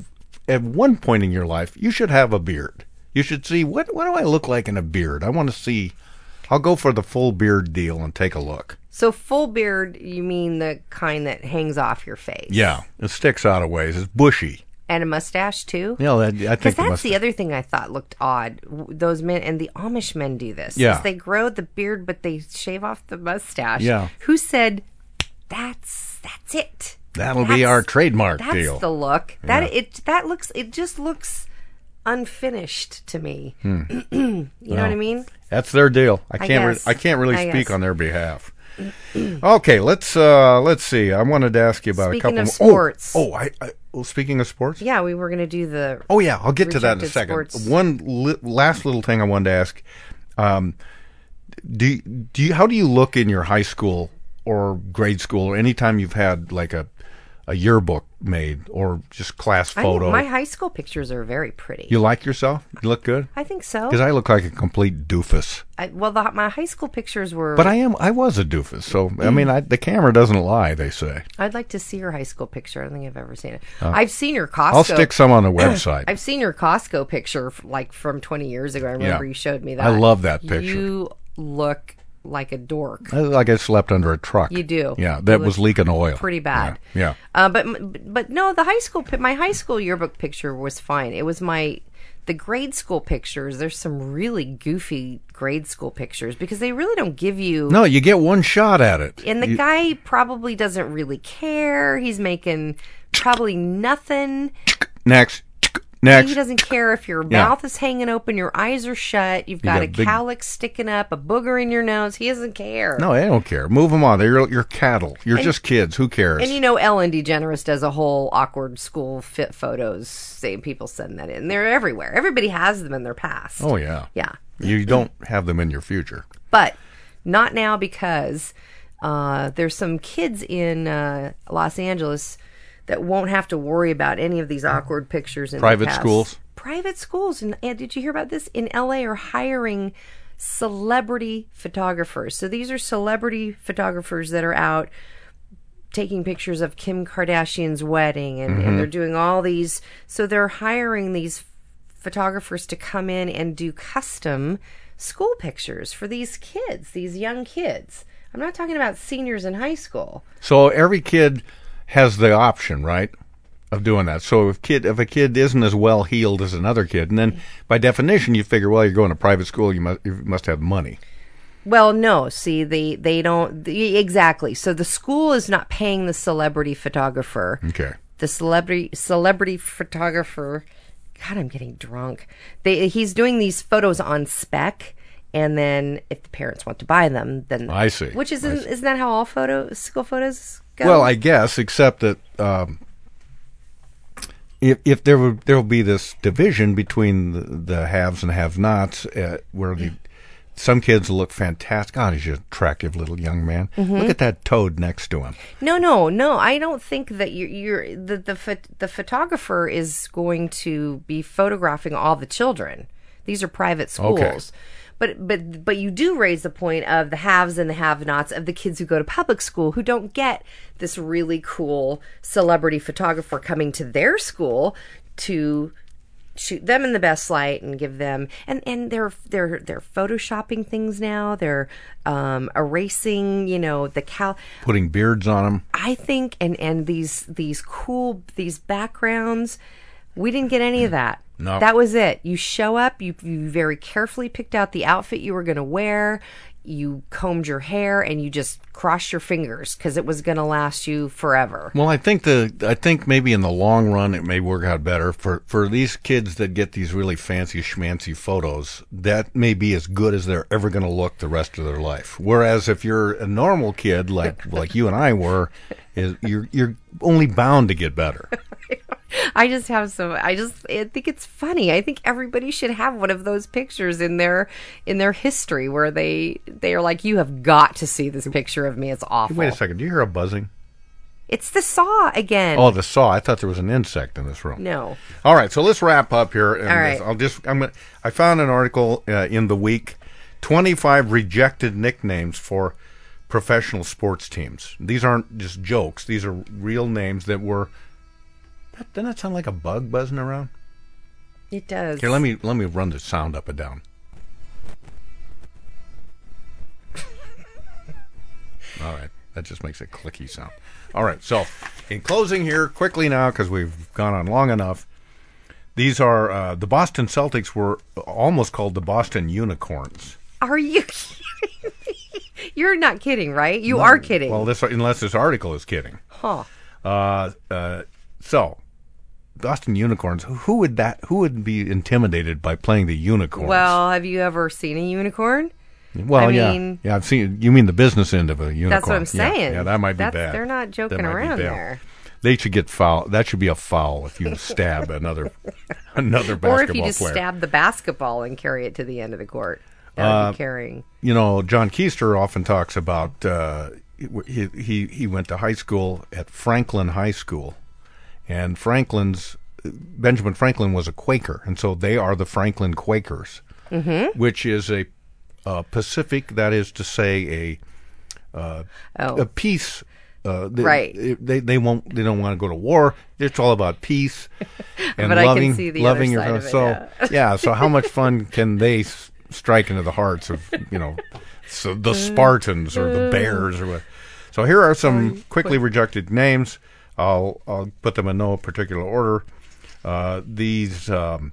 [SPEAKER 10] at one point in your life you should have a beard. You should see what what do I look like in a beard. I want to see. I'll go for the full beard deal and take a look.
[SPEAKER 11] so full beard, you mean the kind that hangs off your face?
[SPEAKER 10] Yeah, it sticks out of ways. It's bushy.
[SPEAKER 11] And a mustache too.
[SPEAKER 10] You know, that, I
[SPEAKER 11] Because
[SPEAKER 10] think it
[SPEAKER 11] that's
[SPEAKER 10] must-
[SPEAKER 11] the other thing I thought looked odd. W- Those men and the Amish men do this. is
[SPEAKER 10] Yeah.
[SPEAKER 11] they grow the beard, but they shave off the mustache.
[SPEAKER 10] Yeah.
[SPEAKER 11] Who said that's that's it?
[SPEAKER 10] that'll be our trademark
[SPEAKER 11] That's
[SPEAKER 10] deal.
[SPEAKER 11] the look. That
[SPEAKER 10] Yeah.
[SPEAKER 11] it that looks it just looks unfinished to me.
[SPEAKER 10] Hmm.
[SPEAKER 11] you know what I mean?
[SPEAKER 10] That's their deal. I
[SPEAKER 11] I
[SPEAKER 10] can't. re-
[SPEAKER 11] guess.
[SPEAKER 10] I can't really
[SPEAKER 11] I
[SPEAKER 10] speak
[SPEAKER 11] guess.
[SPEAKER 10] on their behalf. okay, let's uh let's see. I wanted to ask you about
[SPEAKER 11] Speaking
[SPEAKER 10] a couple
[SPEAKER 11] of
[SPEAKER 10] more- oh,
[SPEAKER 11] sports.
[SPEAKER 10] Oh, I, I well, speaking of sports.
[SPEAKER 11] Yeah, we were going to do the.
[SPEAKER 10] Oh yeah, I'll get to that in a
[SPEAKER 11] rejected
[SPEAKER 10] second.
[SPEAKER 11] sports.
[SPEAKER 10] One li- last little thing I wanted to ask. Um, do do you, how do you look in your high school or grade school or anytime you've had like a a yearbook made or just class
[SPEAKER 11] I-
[SPEAKER 10] photo?
[SPEAKER 11] my high school pictures are very pretty.
[SPEAKER 10] you like yourself? You look good.
[SPEAKER 11] I think so.
[SPEAKER 10] Because I look like a complete doofus.
[SPEAKER 11] I, well, the, my high school pictures were.
[SPEAKER 10] But I am. I was a doofus. So I
[SPEAKER 11] Mm.
[SPEAKER 10] mean, I, the camera doesn't lie. They say.
[SPEAKER 11] I'd like to see your high school picture. I don't think I've ever seen it.
[SPEAKER 10] Oh.
[SPEAKER 11] I've seen your Costco.
[SPEAKER 10] I'll stick some on the website.
[SPEAKER 11] I've seen your Costco picture f- like from 20 years ago. I remember
[SPEAKER 10] Yeah.
[SPEAKER 11] you showed me that.
[SPEAKER 10] I love that picture.
[SPEAKER 11] You look like a dork.
[SPEAKER 10] I look like I slept under a truck.
[SPEAKER 11] You do.
[SPEAKER 10] Yeah,
[SPEAKER 11] You
[SPEAKER 10] that
[SPEAKER 11] look
[SPEAKER 10] was leaking oil.
[SPEAKER 11] Pretty bad.
[SPEAKER 10] Yeah.
[SPEAKER 11] Uh, but m- but no, the high school pi- my high school yearbook picture was fine. It was my the grade school pictures. There's some really goofy grade school pictures because they really don't give you
[SPEAKER 10] No, you get one shot at it.
[SPEAKER 11] And the
[SPEAKER 10] You-
[SPEAKER 11] guy probably doesn't really care. He's making probably nothing.
[SPEAKER 10] next, next.
[SPEAKER 11] He doesn't care if your
[SPEAKER 10] Yeah.
[SPEAKER 11] mouth is hanging open, your eyes are shut, you've
[SPEAKER 10] You
[SPEAKER 11] got,
[SPEAKER 10] got
[SPEAKER 11] a
[SPEAKER 10] big-
[SPEAKER 11] cowlick sticking up, a booger in your nose. He doesn't care.
[SPEAKER 10] No, I don't care. Move them on. They're you're cattle. You're
[SPEAKER 11] And-
[SPEAKER 10] just kids. Who cares?
[SPEAKER 11] And you know, Ellen DeGeneres does a whole awkward school fit photos, saying people send that in. They're everywhere. Everybody has them in their past.
[SPEAKER 10] oh yeah.
[SPEAKER 11] Yeah.
[SPEAKER 10] You don't have them in your future.
[SPEAKER 11] but not now because uh, there's some kids in uh, Los Angeles that won't have to worry about any of these awkward pictures in the
[SPEAKER 10] Private
[SPEAKER 11] past.
[SPEAKER 10] schools?
[SPEAKER 11] Private schools, and, and did you hear about this in LA? Are hiring celebrity photographers. So these are celebrity photographers that are out taking pictures of Kim Kardashian's wedding and,
[SPEAKER 12] Mhm.
[SPEAKER 11] and they're doing all these so they're hiring these photographers to come in and do custom school pictures for these kids, these young kids. I'm not talking about seniors in high school.
[SPEAKER 10] So every kid has the option, right, of doing that. So if kid if a kid isn't as well healed as another kid, and then by definition you figure, well, you're going to private school, you must you must have money.
[SPEAKER 11] Well, no, see they they don't the, exactly. So the school is not paying the celebrity photographer.
[SPEAKER 10] Okay.
[SPEAKER 11] The celebrity celebrity photographer God, I'm getting drunk. They he's doing these photos on spec and then if the parents want to buy them, then
[SPEAKER 10] I see.
[SPEAKER 11] Which
[SPEAKER 10] I
[SPEAKER 11] isn't isn't that how all photo school photos go?
[SPEAKER 10] Well, I guess, except that um, if if there would there will be this division between the, the haves and have-nots, uh, where the some kids look fantastic. God, he's an attractive little young man.
[SPEAKER 11] Mhm.
[SPEAKER 10] Look at that toad next to him.
[SPEAKER 11] No, no, no. I don't think that you're, you're the the phot- the photographer is going to be photographing all the children. These are private schools.
[SPEAKER 12] Okay.
[SPEAKER 11] But but but you do raise the point of the haves and the have-nots of the kids who go to public school who don't get this really cool celebrity photographer coming to their school to shoot them in the best light and give them and and they're they're they're photoshopping things now they're um erasing you know the cal
[SPEAKER 10] Putting beards on him.
[SPEAKER 11] I think and and these these cool these backgrounds we didn't get any of that.
[SPEAKER 10] Mm. No.
[SPEAKER 11] That was it. You show up, you you very carefully picked out the outfit you were going to wear, you combed your hair and you just crossed your fingers cuz it was going to last you forever.
[SPEAKER 10] Well, I think the I think maybe in the long run it may work out better for for these kids that get these really fancy schmancy photos. That may be as good as they're ever going to look the rest of their life. Whereas if you're a normal kid like like you and I were, is you're you're only bound to get better.
[SPEAKER 11] I just have some I just I think it's funny. I think everybody should have one of those pictures in their in their history where they they are like you have got to see this picture of me. It's
[SPEAKER 10] Hey,
[SPEAKER 11] awful.
[SPEAKER 10] wait a second, do you hear a buzzing?
[SPEAKER 11] It's the saw again.
[SPEAKER 10] Oh, the saw. I thought there was an insect in this room.
[SPEAKER 11] No.
[SPEAKER 10] All right, so let's wrap up here. And
[SPEAKER 11] All right.
[SPEAKER 10] I'll just I'm gonna, I found an article uh, in the week, 25 rejected nicknames for professional sports teams. These aren't just jokes. These are real names that were. That, doesn't that sound like a bug buzzing around?
[SPEAKER 11] It does.
[SPEAKER 10] Here, let me let me run the sound up and down. All right, that just makes a clicky sound. All right, so in closing here, quickly now because we've gone on long enough. These are uh, the Boston Celtics were almost called the Boston Unicorns.
[SPEAKER 11] Are you kidding me? You're not kidding, right? You are kidding.
[SPEAKER 10] Well, this unless this article is kidding.
[SPEAKER 11] huh.
[SPEAKER 10] Uh, uh, so Boston unicorns. Who would that? Who would be intimidated by playing the unicorn?
[SPEAKER 11] Well, have you ever seen a unicorn?
[SPEAKER 10] Well,
[SPEAKER 11] I
[SPEAKER 10] yeah,
[SPEAKER 11] mean-
[SPEAKER 10] yeah. I've seen. You mean the business end of a unicorn?
[SPEAKER 11] That's what I'm
[SPEAKER 10] Yeah,
[SPEAKER 11] saying.
[SPEAKER 10] Yeah, that might be
[SPEAKER 11] That's-
[SPEAKER 10] bad.
[SPEAKER 11] they're not
[SPEAKER 10] That
[SPEAKER 11] joking
[SPEAKER 10] might be
[SPEAKER 11] around
[SPEAKER 10] bad.
[SPEAKER 11] there.
[SPEAKER 10] They should get foul. That should be a foul if you stab another another basketball
[SPEAKER 11] Or if you just
[SPEAKER 10] player.
[SPEAKER 11] stab the basketball and carry it to the end of the court. That would
[SPEAKER 10] Uh,
[SPEAKER 11] be carrying.
[SPEAKER 10] You know, John Keister often talks about uh, he, he he went to high school at Franklin High School, and Franklin's Benjamin Franklin was a Quaker, and so they are the Franklin Quakers,
[SPEAKER 11] Mhm.
[SPEAKER 10] which is a uh, Pacific, that is to say, a uh,
[SPEAKER 11] Oh.
[SPEAKER 10] a peace. Uh, they,
[SPEAKER 11] Right.
[SPEAKER 10] They they won't. They don't want to go to war. It's all about peace and
[SPEAKER 11] But I can
[SPEAKER 10] loving,
[SPEAKER 11] see the
[SPEAKER 10] loving
[SPEAKER 11] other
[SPEAKER 10] your
[SPEAKER 11] side
[SPEAKER 10] so
[SPEAKER 11] of it,
[SPEAKER 10] yeah. So how much fun can they s- strike into the hearts of you know, so the Spartans or the Bears or what? So here are some quickly rejected names. I'll I'll put them in no particular order. Uh, these um,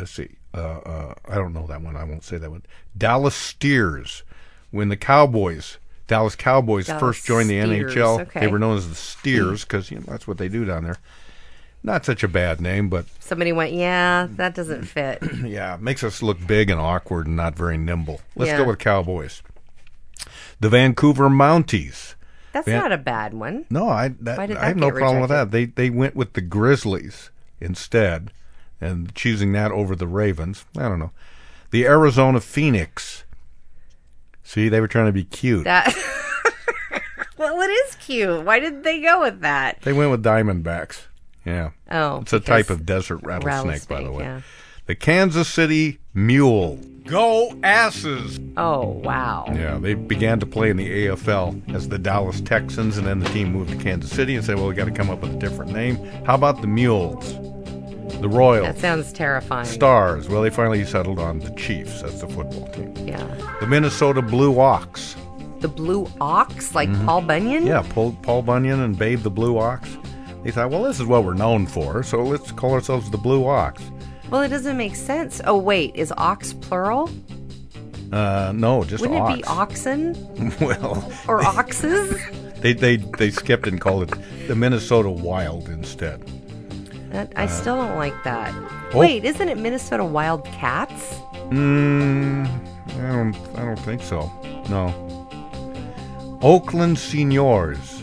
[SPEAKER 10] let's see. Uh, uh, I don't know that one. I won't say that one. Dallas Steers, when the Cowboys, Dallas Cowboys
[SPEAKER 12] Dallas
[SPEAKER 10] first joined the
[SPEAKER 12] Steers,
[SPEAKER 10] NHL, they
[SPEAKER 11] okay.
[SPEAKER 10] were known as the Steers because you know, that's what they do down there. Not such a bad name, but
[SPEAKER 11] Somebody went, yeah, that doesn't fit.
[SPEAKER 10] yeah, it makes us look big and awkward and not very nimble. Let's
[SPEAKER 11] Yeah.
[SPEAKER 10] go with Cowboys. The Vancouver Mounties.
[SPEAKER 11] That's
[SPEAKER 10] Van-
[SPEAKER 11] not a bad one.
[SPEAKER 10] No, I that,
[SPEAKER 11] Why did that
[SPEAKER 10] I have no
[SPEAKER 11] get
[SPEAKER 10] problem with
[SPEAKER 11] rejected?
[SPEAKER 10] that. They they went with the Grizzlies instead, and choosing that over the Ravens. I don't know. The Arizona Phoenix. See, they were trying to be cute.
[SPEAKER 11] That. well, it is cute. Why didn't they go with that?
[SPEAKER 10] They went with Diamondbacks. Yeah.
[SPEAKER 11] Oh,
[SPEAKER 10] it's a type
[SPEAKER 11] because-
[SPEAKER 10] of desert rattlesnake, by the
[SPEAKER 11] rattlesnake,
[SPEAKER 10] way.
[SPEAKER 11] yeah.
[SPEAKER 10] The Kansas City Mule. Go asses!
[SPEAKER 11] Oh, wow.
[SPEAKER 10] Yeah, they began to play in the AFL as the Dallas Texans, and then the team moved to Kansas City and said, well, we got to come up with a different name. How about the Mules? The Royals.
[SPEAKER 11] That sounds terrifying.
[SPEAKER 10] Stars. Well, they finally settled on the Chiefs. That's the football team.
[SPEAKER 11] Yeah.
[SPEAKER 10] The Minnesota Blue Ox.
[SPEAKER 11] The blue ox, like Paul Bunyan?
[SPEAKER 10] Mm-hmm. Yeah, Paul, Paul Bunyan and Babe the Blue Ox. They thought, well, this is what we're known for, so let's call ourselves the Blue Ox.
[SPEAKER 11] Well, it doesn't make sense. Oh, wait, is ox plural?
[SPEAKER 10] Uh, no, just
[SPEAKER 11] Wouldn't
[SPEAKER 10] ox.
[SPEAKER 11] it be oxen
[SPEAKER 10] well,
[SPEAKER 11] or oxes?
[SPEAKER 10] they, they they skipped and called it the Minnesota Wild instead.
[SPEAKER 11] That, I
[SPEAKER 10] Uh,
[SPEAKER 11] still don't like that.
[SPEAKER 10] oh.
[SPEAKER 11] Wait, isn't it Minnesota Wildcats?
[SPEAKER 10] Mm, I don't I don't think so. No. Oakland Seniors.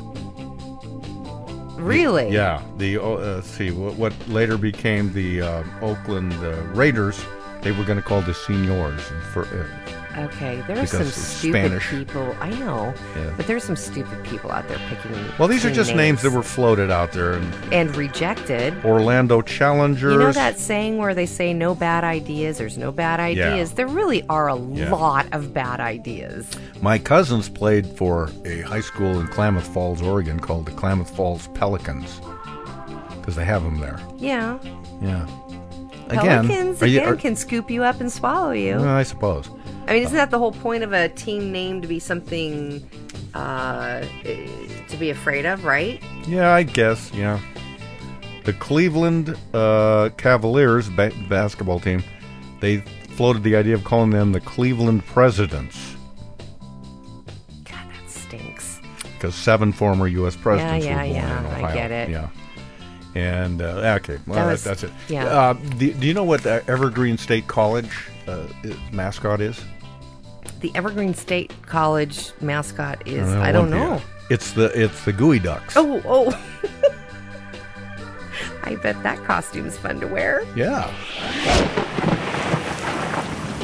[SPEAKER 11] Really?
[SPEAKER 10] Yeah. The uh, let's see what, what later became the uh, Oakland uh, Raiders. They were going to call the Seniors for. Uh,
[SPEAKER 11] Okay, there are
[SPEAKER 10] Because
[SPEAKER 11] some
[SPEAKER 10] it's
[SPEAKER 11] stupid
[SPEAKER 10] Spanish.
[SPEAKER 11] people. I know,
[SPEAKER 10] Yeah.
[SPEAKER 11] but there's some stupid people out there picking.
[SPEAKER 10] well, these are
[SPEAKER 11] team
[SPEAKER 10] just names that were floated out there. And
[SPEAKER 11] and rejected.
[SPEAKER 10] Orlando Challengers.
[SPEAKER 11] You know that saying where they say no bad ideas, there's no bad ideas? There really are a
[SPEAKER 10] Yeah.
[SPEAKER 11] lot of bad ideas.
[SPEAKER 10] My cousins played for a high school in Klamath Falls, Oregon, called the Klamath Falls Pelicans, because they have them there.
[SPEAKER 11] Yeah.
[SPEAKER 10] Yeah. Again,
[SPEAKER 11] Pelicans
[SPEAKER 10] are you-
[SPEAKER 11] again
[SPEAKER 10] are-
[SPEAKER 11] can scoop you up and swallow you.
[SPEAKER 10] Well, I suppose.
[SPEAKER 11] I mean, isn't that the whole point of a team name to be something uh, eh, to be afraid of, right?
[SPEAKER 10] Yeah, I guess. Yeah. The Cleveland uh, Cavaliers ba- basketball team, they floated the idea of calling them the Cleveland Presidents
[SPEAKER 11] That stinks.
[SPEAKER 10] because seven former U.S. presidents
[SPEAKER 11] yeah,
[SPEAKER 10] were born
[SPEAKER 11] yeah,
[SPEAKER 10] in
[SPEAKER 11] I
[SPEAKER 10] Ohio.
[SPEAKER 11] get it.
[SPEAKER 10] Yeah. And uh, okay, well,
[SPEAKER 11] That
[SPEAKER 10] that
[SPEAKER 11] was-
[SPEAKER 10] that's it.
[SPEAKER 11] yeah.
[SPEAKER 10] Uh, do, do you know what the Evergreen State College uh, i- mascot is?
[SPEAKER 11] The Evergreen State College mascot is,
[SPEAKER 10] Uh,
[SPEAKER 11] I don't
[SPEAKER 10] Olympia.
[SPEAKER 11] know.
[SPEAKER 10] It's the it's the Gooey Ducks.
[SPEAKER 11] Oh, oh. I bet that costume's fun to wear.
[SPEAKER 10] Yeah.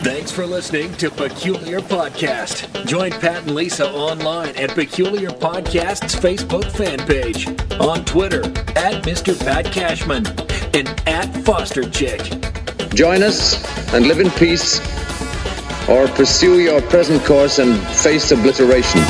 [SPEAKER 2] Thanks for listening to Peculiar Podcast. Join Pat and Lisa online at Peculiar Podcast's Facebook fan page, on Twitter at Mr. Pat Cashman, and at Foster Chick.
[SPEAKER 13] Join us and live in peace, or pursue your present course and face obliteration.